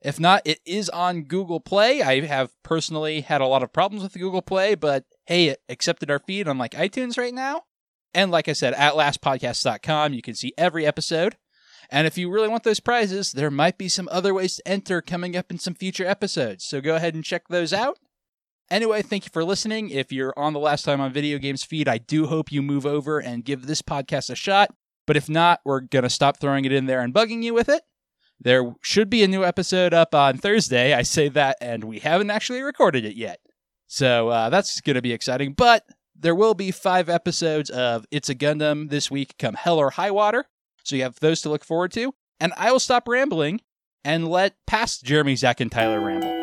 Speaker 2: If not, it is on Google Play. I have personally had a lot of problems with Google Play, but hey, it accepted our feed on like iTunes right now. And like I said, at lastpodcast.com, you can see every episode. And if you really want those prizes, there might be some other ways to enter coming up in some future episodes. So go ahead and check those out. Anyway, thank you for listening. If you're on the last time on video games feed, I do hope you move over and give this podcast a shot. But if not, we're going to stop throwing it in there and bugging you with it. There should be a new episode up on Thursday. I say that, and we haven't actually recorded it yet. So uh, that's going to be exciting. But
Speaker 5: There will be five episodes of It's a Gundam this week, come hell or high water. So you have those to look forward to. And I will stop rambling and let past Jeremy, Zach, and Tyler ramble.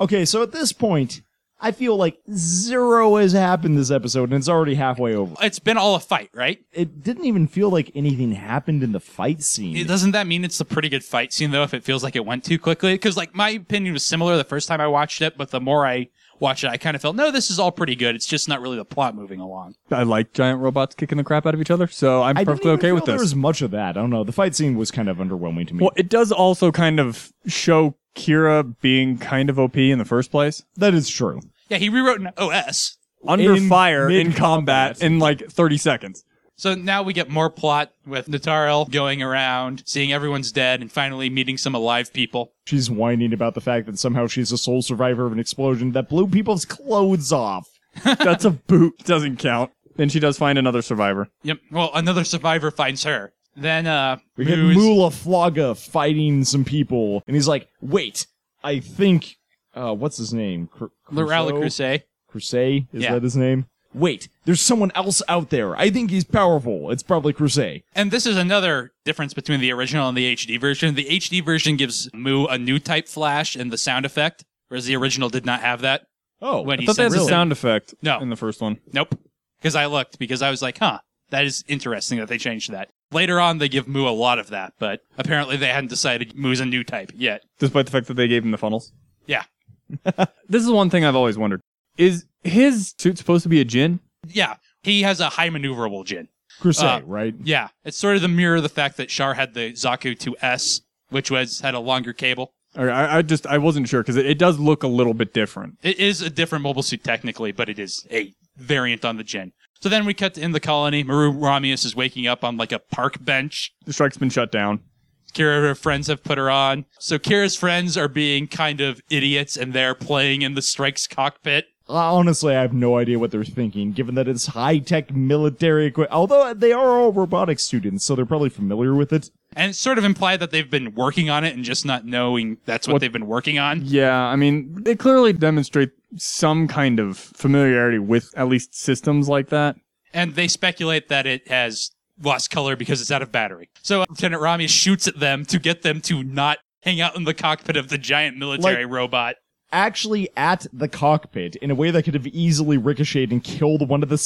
Speaker 3: Okay, so at this point, I feel like zero has happened this episode, and it's already halfway over.
Speaker 2: It's been all a fight, right?
Speaker 3: It didn't even feel like anything happened in the fight scene.
Speaker 2: It- Doesn't that mean it's a pretty good fight scene though? If it feels like it went too quickly, because like my opinion was similar the first time I watched it, but the more I watched it, I kind of felt no, this is all pretty good. It's just not really the plot moving along.
Speaker 4: I like giant robots kicking the crap out of each other, so I'm
Speaker 3: I didn't
Speaker 4: perfectly
Speaker 3: even
Speaker 4: okay
Speaker 3: feel
Speaker 4: with
Speaker 3: there
Speaker 4: this.
Speaker 3: was much of that. I don't know. The fight scene was kind of underwhelming to me.
Speaker 4: Well, it does also kind of show Kira being kind of OP in the first place.
Speaker 3: That is true.
Speaker 2: Yeah, he rewrote an OS,
Speaker 4: Under
Speaker 3: In
Speaker 4: fire in
Speaker 3: mid-combat.
Speaker 4: combat in like 30 seconds.
Speaker 2: So now we get more plot with Natarel going around, seeing everyone's dead, and finally meeting some alive people.
Speaker 3: She's whining about the fact that somehow she's the sole survivor of an explosion that blew people's clothes off.
Speaker 4: That's a boot. Doesn't count. Then she does find another survivor.
Speaker 2: Yep. Well, another survivor finds her. Then uh
Speaker 3: We get
Speaker 2: Moo's-
Speaker 3: Mula Flaga fighting some people, and he's like, "Wait, I think, uh, what's his name? Cr-
Speaker 2: Lorella
Speaker 3: Crusoe?
Speaker 2: Crusade.
Speaker 3: Crusade? Is
Speaker 2: Yeah.
Speaker 3: that his name? Wait, there's someone else out there. I think he's powerful. It's probably Crusade.
Speaker 2: And this is another difference between the original and the HD version. The HD version gives Moo a new type flash and the sound effect, whereas the original did not have that.
Speaker 3: Oh,
Speaker 2: When
Speaker 4: I
Speaker 2: he
Speaker 4: thought that
Speaker 2: sends
Speaker 4: was
Speaker 2: it.
Speaker 4: a sound effect
Speaker 2: No.
Speaker 4: in the first one.
Speaker 2: Nope. Because I looked, because I was like, huh, that is interesting that they changed that. Later on, they give Moo a lot of that, but apparently they hadn't decided Moo's a new type yet.
Speaker 4: Despite the fact that they gave him the funnels.
Speaker 2: Yeah.
Speaker 4: This is one thing I've always wondered. Is his suit supposed to be a gin?
Speaker 2: Yeah. He has a high maneuverable Jin.
Speaker 3: Crusade,
Speaker 2: uh,
Speaker 3: right?
Speaker 2: Yeah, it's sort of the mirror of the fact that Shar had the Zaku 2S, which was had a longer cable.
Speaker 4: Or I, I just I wasn't sure because it, it does look a little bit different.
Speaker 2: It is a different mobile suit technically, but it is a variant on the Jin. So then we cut to in the colony. Maru Ramius is waking up on like a park bench.
Speaker 4: The strike's been shut down.
Speaker 2: Kira and her friends have put her on. So Kira's friends are being kind of idiots and they're playing in the strike's cockpit.
Speaker 3: Honestly, I have no idea what they're thinking, given that it's high tech military equipment. Although they are all robotics students, so they're probably familiar with it.
Speaker 2: And it's sort of implied that they've been working on it and just not knowing that's what,
Speaker 4: What-
Speaker 2: they've been working on.
Speaker 4: Yeah, I mean they clearly demonstrate some kind of familiarity with at least systems like that.
Speaker 2: and they speculate that it has lost color because it's out of battery. So Lieutenant Rami shoots at them to get them to not hang out in the cockpit of the giant military robot.
Speaker 3: Actually, at the cockpit, in a way that could have easily ricocheted and killed one of the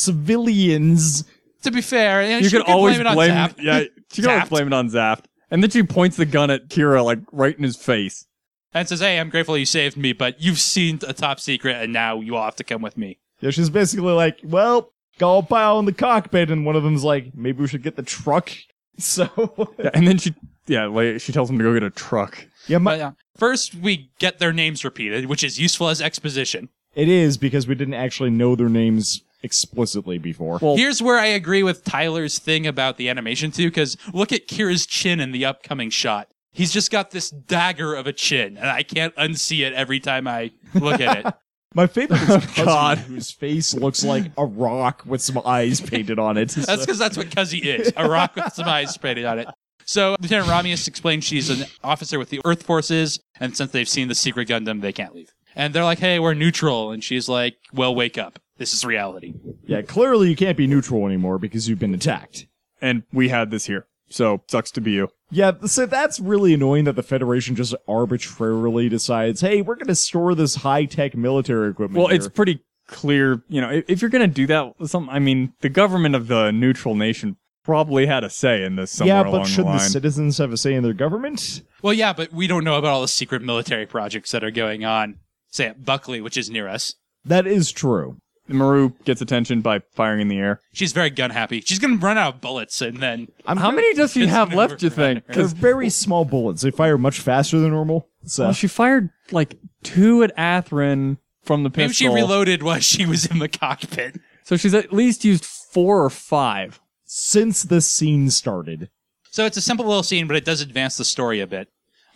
Speaker 3: civilians.
Speaker 2: To be fair, you,
Speaker 4: You
Speaker 2: could
Speaker 4: could always
Speaker 2: blame it on
Speaker 4: blame
Speaker 2: Zap.
Speaker 4: yeah, she can always
Speaker 2: Zapped.
Speaker 4: blame it on Zaft. And then she points the gun at Kira like right in his face.
Speaker 2: and says, "Hey, I'm grateful you saved me, but you've seen a top secret, and now you all have to come with me."
Speaker 3: Yeah, she's basically like, well, go pile in the cockpit, and one of them's like, maybe we should get the truck. So,
Speaker 4: Yeah, and then she yeah, like she tells him to go get a truck.
Speaker 3: yeah, my,
Speaker 2: But yeah, first we get their names repeated, which is useful as exposition.
Speaker 3: it is because we didn't actually know their names explicitly before.
Speaker 4: Well-
Speaker 2: Here's where I agree with Tyler's thing about the animation too, because look at Kira's chin in the upcoming shot. He's just got this dagger of a chin, and I can't unsee it every time I look at it.
Speaker 3: my favorite is Cuzzy,
Speaker 4: God.
Speaker 3: whose face looks like a rock with some eyes painted on it.
Speaker 2: That's because that's what Cuzzy is a rock with some eyes sprayed on it. So Lieutenant Ramius explains she's an officer with the Earth Forces, and since they've seen the secret Gundam, they can't leave. And they're like, hey, we're neutral. And she's like, well, wake up. This is reality.
Speaker 3: yeah, clearly you can't be neutral anymore because you've been attacked.
Speaker 4: And we had this here. So sucks to be you.
Speaker 3: Yeah, so that's really annoying that the Federation just arbitrarily decides, hey, we're going to store this high tech military equipment.
Speaker 4: Well, it's
Speaker 3: here."
Speaker 4: pretty clear, you know, if, if you're going to do that, with some, I mean, the government of the neutral nation probably had a say in this somewhere
Speaker 3: yeah, but
Speaker 4: along the
Speaker 3: should the
Speaker 4: line.
Speaker 3: citizens have a say in their government?
Speaker 2: Well, yeah, but we don't know about all the secret military projects that are going on, say, at Buckley, which is near us.
Speaker 3: That is true.
Speaker 4: Maru gets attention by firing in the air.
Speaker 2: She's very gun happy. She's gonna run out of bullets, and then
Speaker 3: I'm
Speaker 4: How many does she
Speaker 2: It's
Speaker 4: have
Speaker 2: gonna
Speaker 4: left,
Speaker 2: work
Speaker 4: you
Speaker 2: around
Speaker 4: think?
Speaker 2: her.
Speaker 3: They're
Speaker 4: 'Cause,
Speaker 3: very small bullets. They fire much faster than normal. So
Speaker 4: well, she fired like two at Atherin from the pistol.
Speaker 2: maybe she reloaded while she was in the cockpit.
Speaker 4: So she's at least used four or five.
Speaker 3: since this scene started,
Speaker 2: So it's a simple little scene, but it does advance the story a bit.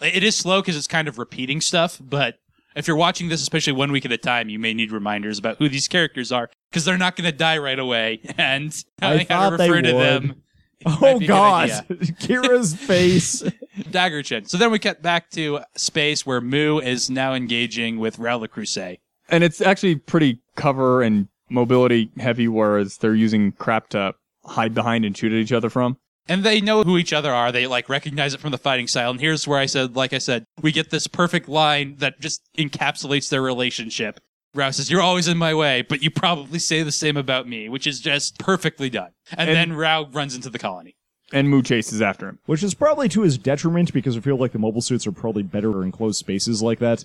Speaker 2: It is slow because it's kind of repeating stuff, but if you're watching this, especially one week at a time, you may need reminders about who these characters are because they're not gonna die right away, and
Speaker 3: I
Speaker 2: knowing how to
Speaker 3: thought they
Speaker 2: refer to
Speaker 3: would.
Speaker 2: them. might
Speaker 3: oh
Speaker 2: be a good
Speaker 3: god,
Speaker 2: idea.
Speaker 3: Kira's face.
Speaker 2: Dagger Chin. So then we cut back to space where Moo is now engaging with Raoul the Crusade.
Speaker 4: and it's actually pretty cover and mobility heavy, whereas they're using crap to hide behind and shoot at each other from.
Speaker 2: And they know who each other are. They like recognize it from the fighting style. And here's where I said, like I said, we get this perfect line that just encapsulates their relationship. Rouse says, You're always in my way, but you probably say the same about me, which is just perfectly done. And,
Speaker 4: And-
Speaker 2: then Rao runs into the colony.
Speaker 4: And Moo chases after him.
Speaker 3: Which is probably to his detriment because I feel like the mobile suits are probably better in closed spaces like that.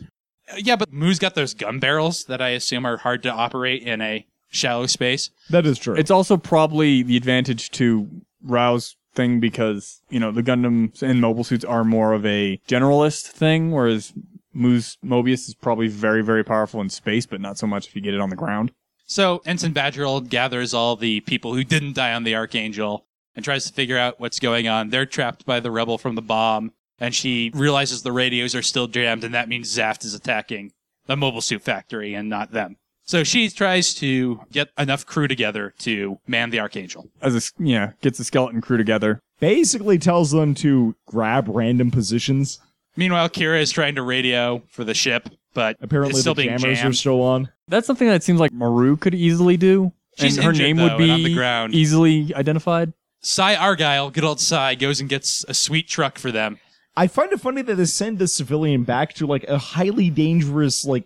Speaker 2: Uh, Yeah, but Moo's got those gun barrels that I assume are hard to operate in a shallow space.
Speaker 3: That is true.
Speaker 4: It's also probably the advantage to Rao's thing because, you know, the Gundams and mobile suits are more of a generalist thing, whereas Moo's Mobius is probably very, very powerful in space, but not so much if you get it on the ground.
Speaker 2: So Ensign Badgerl gathers all the people who didn't die on the Archangel and tries to figure out what's going on. They're trapped by the rebel from the bomb, and she realizes the radios are still jammed, and that means Zaft is attacking the mobile suit factory and not them. So she tries to get enough crew together to man the Archangel.
Speaker 4: As a, s- yeah, gets the skeleton crew together.
Speaker 3: basically tells them to grab random positions.
Speaker 2: Meanwhile, Kira is trying to radio for the ship, but
Speaker 3: Apparently,
Speaker 2: it's still
Speaker 3: the
Speaker 2: being
Speaker 3: jammers
Speaker 2: jammed.
Speaker 3: are still on.
Speaker 4: That's something that seems like Maru could easily do.
Speaker 2: She's
Speaker 4: and her
Speaker 2: injured,
Speaker 4: name
Speaker 2: though,
Speaker 4: would
Speaker 2: and
Speaker 4: be
Speaker 2: on the ground.
Speaker 4: easily identified.
Speaker 2: Cy Argyle, good old Cy, goes and gets a sweet truck for them.
Speaker 3: I find it funny that they send the civilian back to like a highly dangerous like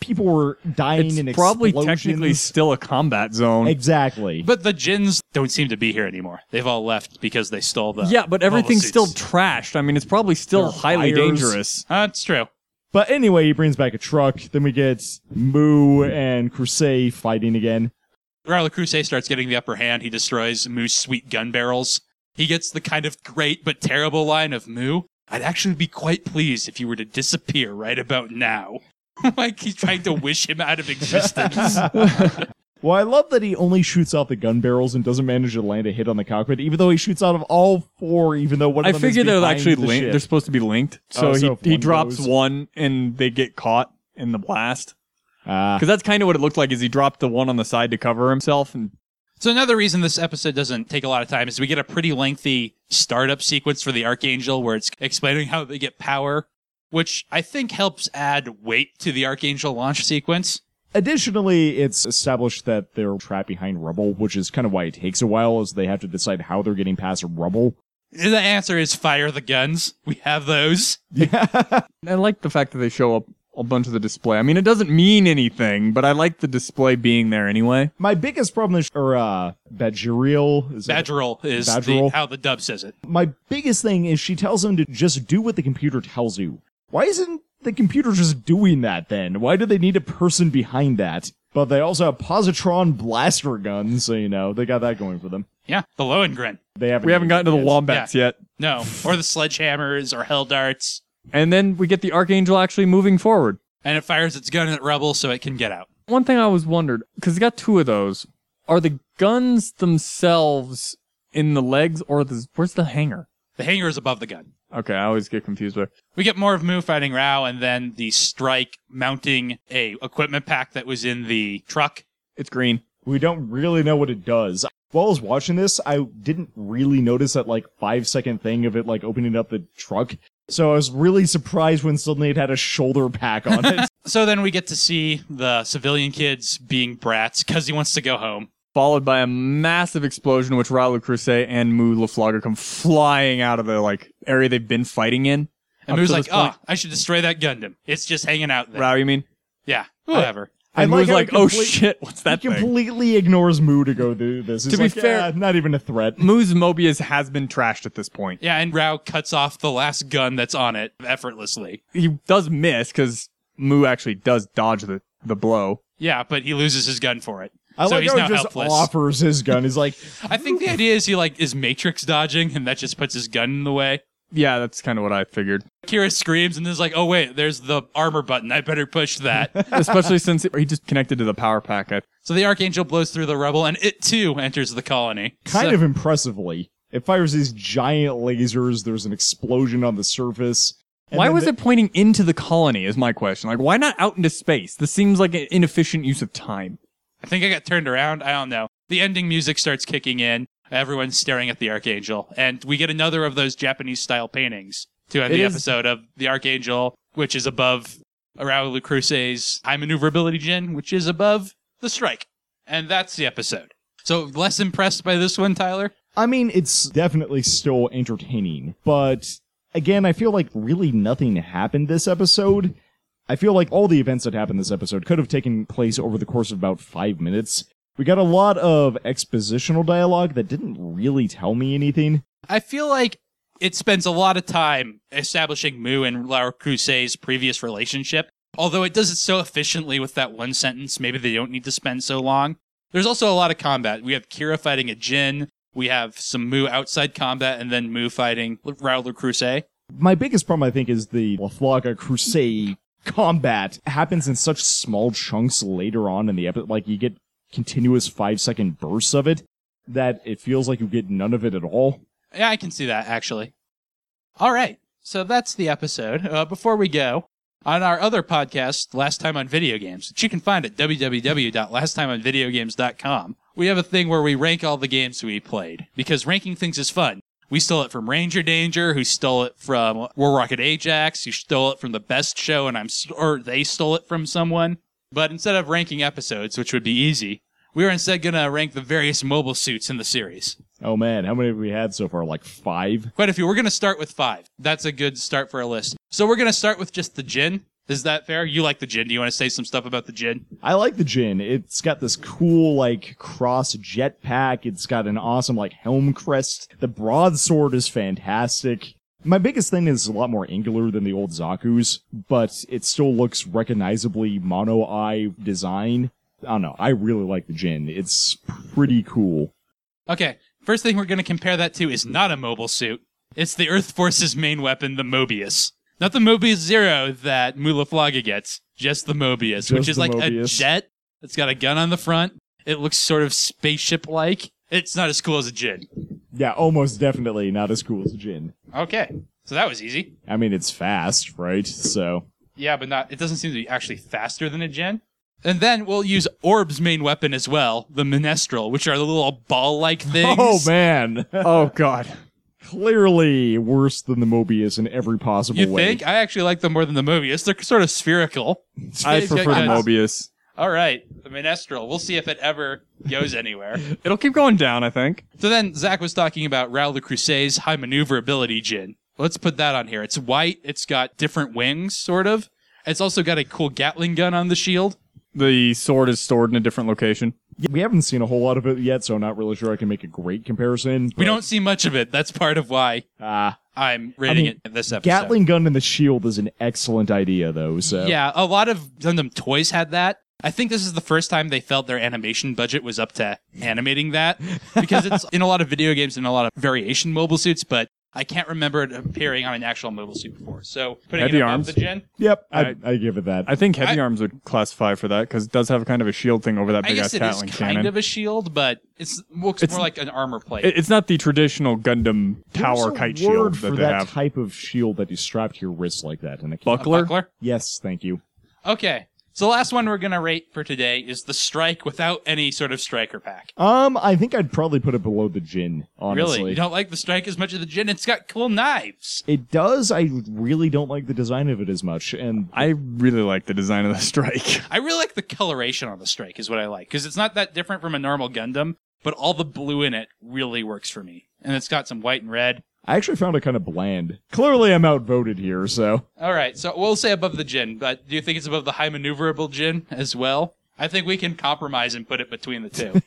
Speaker 3: people were dying in
Speaker 4: It's probably
Speaker 3: explosions.
Speaker 4: technically still a combat zone.
Speaker 3: exactly.
Speaker 2: But the Jins don't seem to be here anymore. They've all left because they stole the.
Speaker 4: yeah, but everything's still
Speaker 2: mobile suits.
Speaker 4: trashed. I mean, it's probably still
Speaker 3: There are
Speaker 4: highly
Speaker 3: fires.
Speaker 4: dangerous.
Speaker 2: Uh, it's true.
Speaker 3: But anyway, he brings back a truck. Then we get Moo and Crusade fighting again.
Speaker 2: Raul Crusade starts getting the upper hand. He destroys Moo's sweet gun barrels. He gets the kind of great but terrible line of Moo. I'd actually be quite pleased if you were to disappear right about now. like he's trying to wish him out of existence.
Speaker 3: Well, I love that he only shoots out the gun barrels and doesn't manage to land a hit on the cockpit, even though he shoots out of all four. Even though one
Speaker 4: I
Speaker 3: of them is
Speaker 4: figure they're
Speaker 3: behind
Speaker 4: actually
Speaker 3: the
Speaker 4: linked.
Speaker 3: ship.
Speaker 4: They're supposed to be linked. So,
Speaker 3: Oh, so if
Speaker 4: he, he
Speaker 3: one
Speaker 4: drops
Speaker 3: goes-
Speaker 4: one and they get caught in the blast.
Speaker 3: Ah.
Speaker 4: Because that's kind of what it looked like is he dropped the one on the side to cover himself and
Speaker 2: so another reason this episode doesn't take a lot of time is we get a pretty lengthy startup sequence for the Archangel where it's explaining how they get power, which I think helps add weight to the Archangel launch sequence.
Speaker 3: Additionally, it's established that they're trapped behind rubble, which is kind of why it takes a while, is they have to decide how they're getting past rubble.
Speaker 2: The answer is fire the guns. We have those.
Speaker 3: Yeah.
Speaker 4: I like the fact that they show up a bunch of the display. I mean, it doesn't mean anything, but I like the display being there anyway.
Speaker 3: My biggest problem is, or uh, Badgeril is. that-
Speaker 2: Badgeril is The,
Speaker 3: Badgeril?
Speaker 2: how the dub says it.
Speaker 3: My biggest thing is she tells him to just do what the computer tells you. Why isn't the computer just doing that then? Why do they need a person behind that? But they also have positron blaster guns, so you know they got that going for them.
Speaker 2: Yeah, the Lohengrin.
Speaker 3: They haven't.
Speaker 4: We haven't gotten to the
Speaker 3: yet.
Speaker 4: wombats yet.
Speaker 2: No, or the sledgehammers or hell darts,
Speaker 4: And then we get the Archangel actually moving forward.
Speaker 2: and it fires its gun at rubble so it can get out.
Speaker 4: One thing I was wondered, because it got two of those, are the guns themselves in the legs or the, where's the hanger?
Speaker 2: The hanger is above the gun.
Speaker 4: Okay, I always get confused there.
Speaker 2: We get more of Moo fighting Rao, and then the strike mounting a equipment pack that was in the truck.
Speaker 4: It's green.
Speaker 3: We don't really know what it does. While I was watching this, I didn't really notice that like five second thing of it like opening up the truck. So I was really surprised when suddenly it had a shoulder pack on it.
Speaker 2: So then we get to see the civilian kids being brats because he wants to go home.
Speaker 4: Followed by a massive explosion, which Raul Crusade and Moo LaFlogger come flying out of the like area they've been fighting in.
Speaker 2: And
Speaker 4: Up
Speaker 2: Moo's
Speaker 4: to
Speaker 2: like,
Speaker 4: this
Speaker 2: "Oh,
Speaker 4: point-
Speaker 2: I should destroy that Gundam. It's just hanging out there."
Speaker 4: Rao, you mean?
Speaker 2: Yeah, whatever.
Speaker 3: "Ah." I
Speaker 4: And Moo's
Speaker 3: how
Speaker 4: like,
Speaker 3: it
Speaker 4: oh
Speaker 3: complete-
Speaker 4: shit, what's that
Speaker 3: He
Speaker 4: thing?
Speaker 3: completely ignores Moo to go do this. He's
Speaker 4: To be
Speaker 3: like,
Speaker 4: fair- Mm,
Speaker 3: "Yeah, not even a threat.
Speaker 4: Moo's Mobius has been trashed at this point.
Speaker 2: Yeah, and Rao cuts off the last gun that's on it effortlessly.
Speaker 4: He does miss because Moo actually does dodge the, the blow.
Speaker 2: Yeah, but he loses his gun for it.
Speaker 3: I
Speaker 2: so
Speaker 3: like
Speaker 2: he's
Speaker 3: how
Speaker 2: now
Speaker 3: he just
Speaker 2: helpless.
Speaker 3: offers his gun. He's like,
Speaker 2: I think the idea is he like is matrix dodging and that just puts his gun in the way.
Speaker 4: Yeah, that's kind of what I figured.
Speaker 2: Kira screams and is like, "Oh wait, there's the armor button. I better push that."
Speaker 4: Especially since he just connected to the power pack. I-
Speaker 2: so the archangel blows through the rubble and it too enters the colony.
Speaker 3: kind
Speaker 2: So-
Speaker 3: of impressively. It fires these giant lasers. There's an explosion on the surface. And
Speaker 4: Why
Speaker 3: then
Speaker 4: was
Speaker 3: the-
Speaker 4: it pointing into the colony? Is my question. Like, why not out into space? This seems like an inefficient use of time.
Speaker 2: I think I got turned around. I don't know. The ending music starts kicking in. Everyone's staring at the archangel, and we get another of those Japanese style paintings to end
Speaker 3: It
Speaker 2: the
Speaker 3: is-
Speaker 2: episode of the Archangel, which is above Raoul Cruce's High Maneuverability Gen, which is above the Strike. And that's the episode. So less impressed by this one, Tyler?
Speaker 3: I mean, it's definitely still entertaining, but again, I feel like really nothing happened this episode. I feel like all the events that happened this episode could have taken place over the course of about five minutes. We got a lot of expositional dialogue that didn't really tell me anything.
Speaker 2: I feel like it spends a lot of time establishing Mu and Laura Cruse's previous relationship. Although it does it so efficiently with that one sentence, maybe they don't need to spend so long. There's also a lot of combat. We have Kira fighting a Jin. We have some Mu outside combat, and then Mu fighting Raoul Crusade.
Speaker 3: My biggest problem, I think, is the Laflaga Crusade combat happens in such small chunks later on in the episode. Like, you get continuous five second bursts of it that it feels like you get none of it at all.
Speaker 2: Yeah, I can see that actually. All right, so that's the episode. Uh, before we go, on our other podcast, Last Time on Video Games, that you can find at www.lasttimeonvideogames.com, we have a thing where we rank all the games we played because ranking things is fun. We stole it from Ranger Danger, who stole it from War Rocket Ajax, who stole it from the Best Show, and I'm s- or they stole it from someone. But instead of ranking episodes, which would be easy, we are instead going to rank the various mobile suits in the series.
Speaker 3: Oh man, how many have we had so far? Like five?
Speaker 2: Quite a few. We're going to start with five. That's a good start for a list. So we're going to start with just the gin. Is that fair? You like the gin. Do you want to say some stuff about the gin?
Speaker 3: I like the gin. It's got this cool, like, cross jetpack. It's got an awesome, like, helm crest. The broadsword is fantastic. My biggest thing is a lot more angular than the old Zaku's, but it still looks recognizably mono eye design. I don't know. I really like the gin. It's pretty cool.
Speaker 2: Okay. First thing we're going to compare that to is not a mobile suit. It's the Earth Force's main weapon, the Mobius. Not the Mobius Zero that Mulaflaga gets, just the Mobius, which
Speaker 3: Just
Speaker 2: is
Speaker 3: the
Speaker 2: like a
Speaker 3: Mobius.
Speaker 2: jet. It's got a gun on the front. It looks sort of spaceship like. It's not as cool as a gin.
Speaker 3: Yeah, almost definitely not as cool as the gin.
Speaker 2: Okay. So that was easy.
Speaker 3: I mean, it's fast, right? So.
Speaker 2: Yeah, but not. It doesn't seem to be actually faster than a gen. And then we'll use Orb's main weapon as well, the Minestrel, which are the little ball-like things.
Speaker 3: Oh man!
Speaker 4: Oh God.
Speaker 3: Clearly worse than the Mobius in every possible
Speaker 2: You
Speaker 3: way.
Speaker 2: think? I actually like them more than the Mobius. They're sort of spherical.
Speaker 4: I
Speaker 2: Yeah,
Speaker 4: prefer the
Speaker 2: yeah.
Speaker 4: Mobius.
Speaker 2: All right, the Minestrel. We'll see if it ever goes anywhere.
Speaker 4: It'll keep going down, I think.
Speaker 2: so then Zach was talking about Raoul the Crusade's high maneuverability gin. Let's put that on here. It's white. It's got different wings, sort of. It's also got a cool Gatling gun on the shield.
Speaker 4: The sword is stored in a different location.
Speaker 3: We haven't seen a whole lot of it yet, so I'm not really sure I can make a great comparison.
Speaker 2: We
Speaker 3: but,
Speaker 2: don't see much of it. That's part of why
Speaker 3: Uh,
Speaker 2: I'm rating
Speaker 3: mean,
Speaker 2: it this episode.
Speaker 3: Gatling gun and the shield is an excellent idea, though. So
Speaker 2: Yeah, a lot of Dum Dum toys had that. I think this is the first time they felt their animation budget was up to animating that because it's in a lot of video games and a lot of variation mobile suits, but I can't remember it appearing on an actual mobile suit before. So putting
Speaker 4: Heavy
Speaker 2: it above
Speaker 4: arms.
Speaker 2: the gen,
Speaker 3: Yep, I,
Speaker 4: I-
Speaker 3: I give it that.
Speaker 4: I think heavy
Speaker 2: I-
Speaker 4: arms would classify for that because it does have kind of a shield thing over that
Speaker 2: I
Speaker 4: big
Speaker 2: guess
Speaker 4: ass
Speaker 2: it is
Speaker 4: Gatling
Speaker 2: kind
Speaker 4: cannon.
Speaker 2: of a shield, but it's looks
Speaker 4: It's-
Speaker 2: more like an armor plate.
Speaker 4: It- it's not the traditional Gundam
Speaker 3: There's
Speaker 4: tower
Speaker 3: a word
Speaker 4: kite shield
Speaker 3: for
Speaker 4: that they
Speaker 3: that
Speaker 4: have.
Speaker 3: type of shield that you strap to your wrist like that, and I can't-
Speaker 2: A
Speaker 4: Buckler.
Speaker 3: Yes, thank you.
Speaker 2: Okay. So the last one we're gonna rate for today is the strike without any sort of striker pack.
Speaker 3: Um, I think I'd probably put it below the gin. Honestly,
Speaker 2: Really? You don't like the strike as much as the gin? It's got cool knives.
Speaker 3: it does. I really don't like the design of it as much, and
Speaker 4: I really like the design of the strike.
Speaker 2: I really like the coloration on the strike is what I like because it's not that different from a normal Gundam, but all the blue in it really works for me, and it's got some white and red.
Speaker 3: I actually found it kind of bland. Clearly, I'm outvoted here. So
Speaker 2: All right, so we'll say above the gin, but do you think it's above the high maneuverable gin as well? I think we can compromise and put it between the two.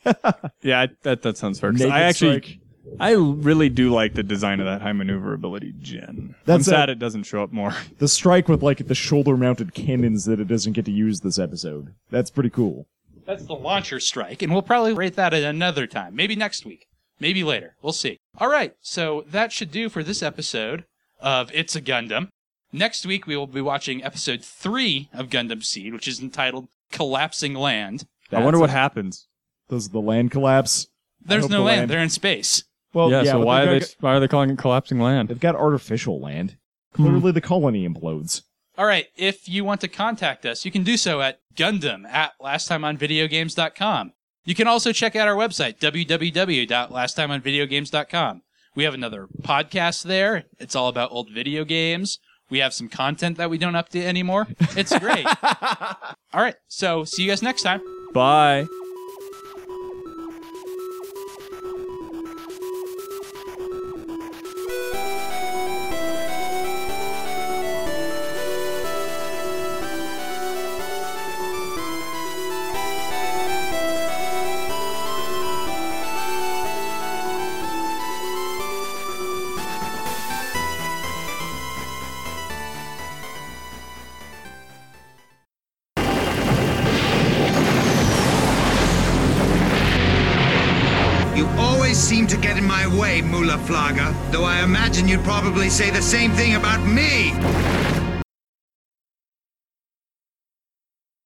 Speaker 4: Yeah, I, that that sounds fair. 'cause
Speaker 3: Naked
Speaker 4: I actually,
Speaker 3: Strike.
Speaker 4: I really do like the design of that high maneuverability gen. I'm
Speaker 3: That's a-
Speaker 4: sad it doesn't show up more.
Speaker 3: the strike with like the shoulder-mounted cannons that it doesn't get to use this episode. That's pretty cool.
Speaker 2: That's the launcher strike, and we'll probably rate that at another time. Maybe next week. Maybe later. We'll see. All right, so that should do for this episode of It's a Gundam. Next week, we will be watching episode three of Gundam Seed, which is entitled Collapsing Land.
Speaker 4: I wonder
Speaker 3: That's-
Speaker 4: what happens.
Speaker 3: Does the land collapse?
Speaker 2: There's
Speaker 3: hope
Speaker 2: no
Speaker 3: the
Speaker 2: land.
Speaker 3: land-
Speaker 2: They're in space.
Speaker 3: Well,
Speaker 4: yeah, So
Speaker 3: but
Speaker 4: why are they
Speaker 3: they've got,
Speaker 4: why are they calling it collapsing land?
Speaker 3: they've got artificial land.
Speaker 4: Hmm.
Speaker 3: Clearly, the colony implodes.
Speaker 2: All right. If you want to contact us, you can do so at Gundam at lasttimeonvideogames.com. You can also check out our website, www.lasttimeonvideogames.com. We have another podcast there. It's all about old video games. We have some content that we don't update anymore. It's great. all right. So see you guys next time.
Speaker 4: Bye.
Speaker 6: You always seem to get in my way, Mula Flaga, though I imagine you'd probably say the same thing about me.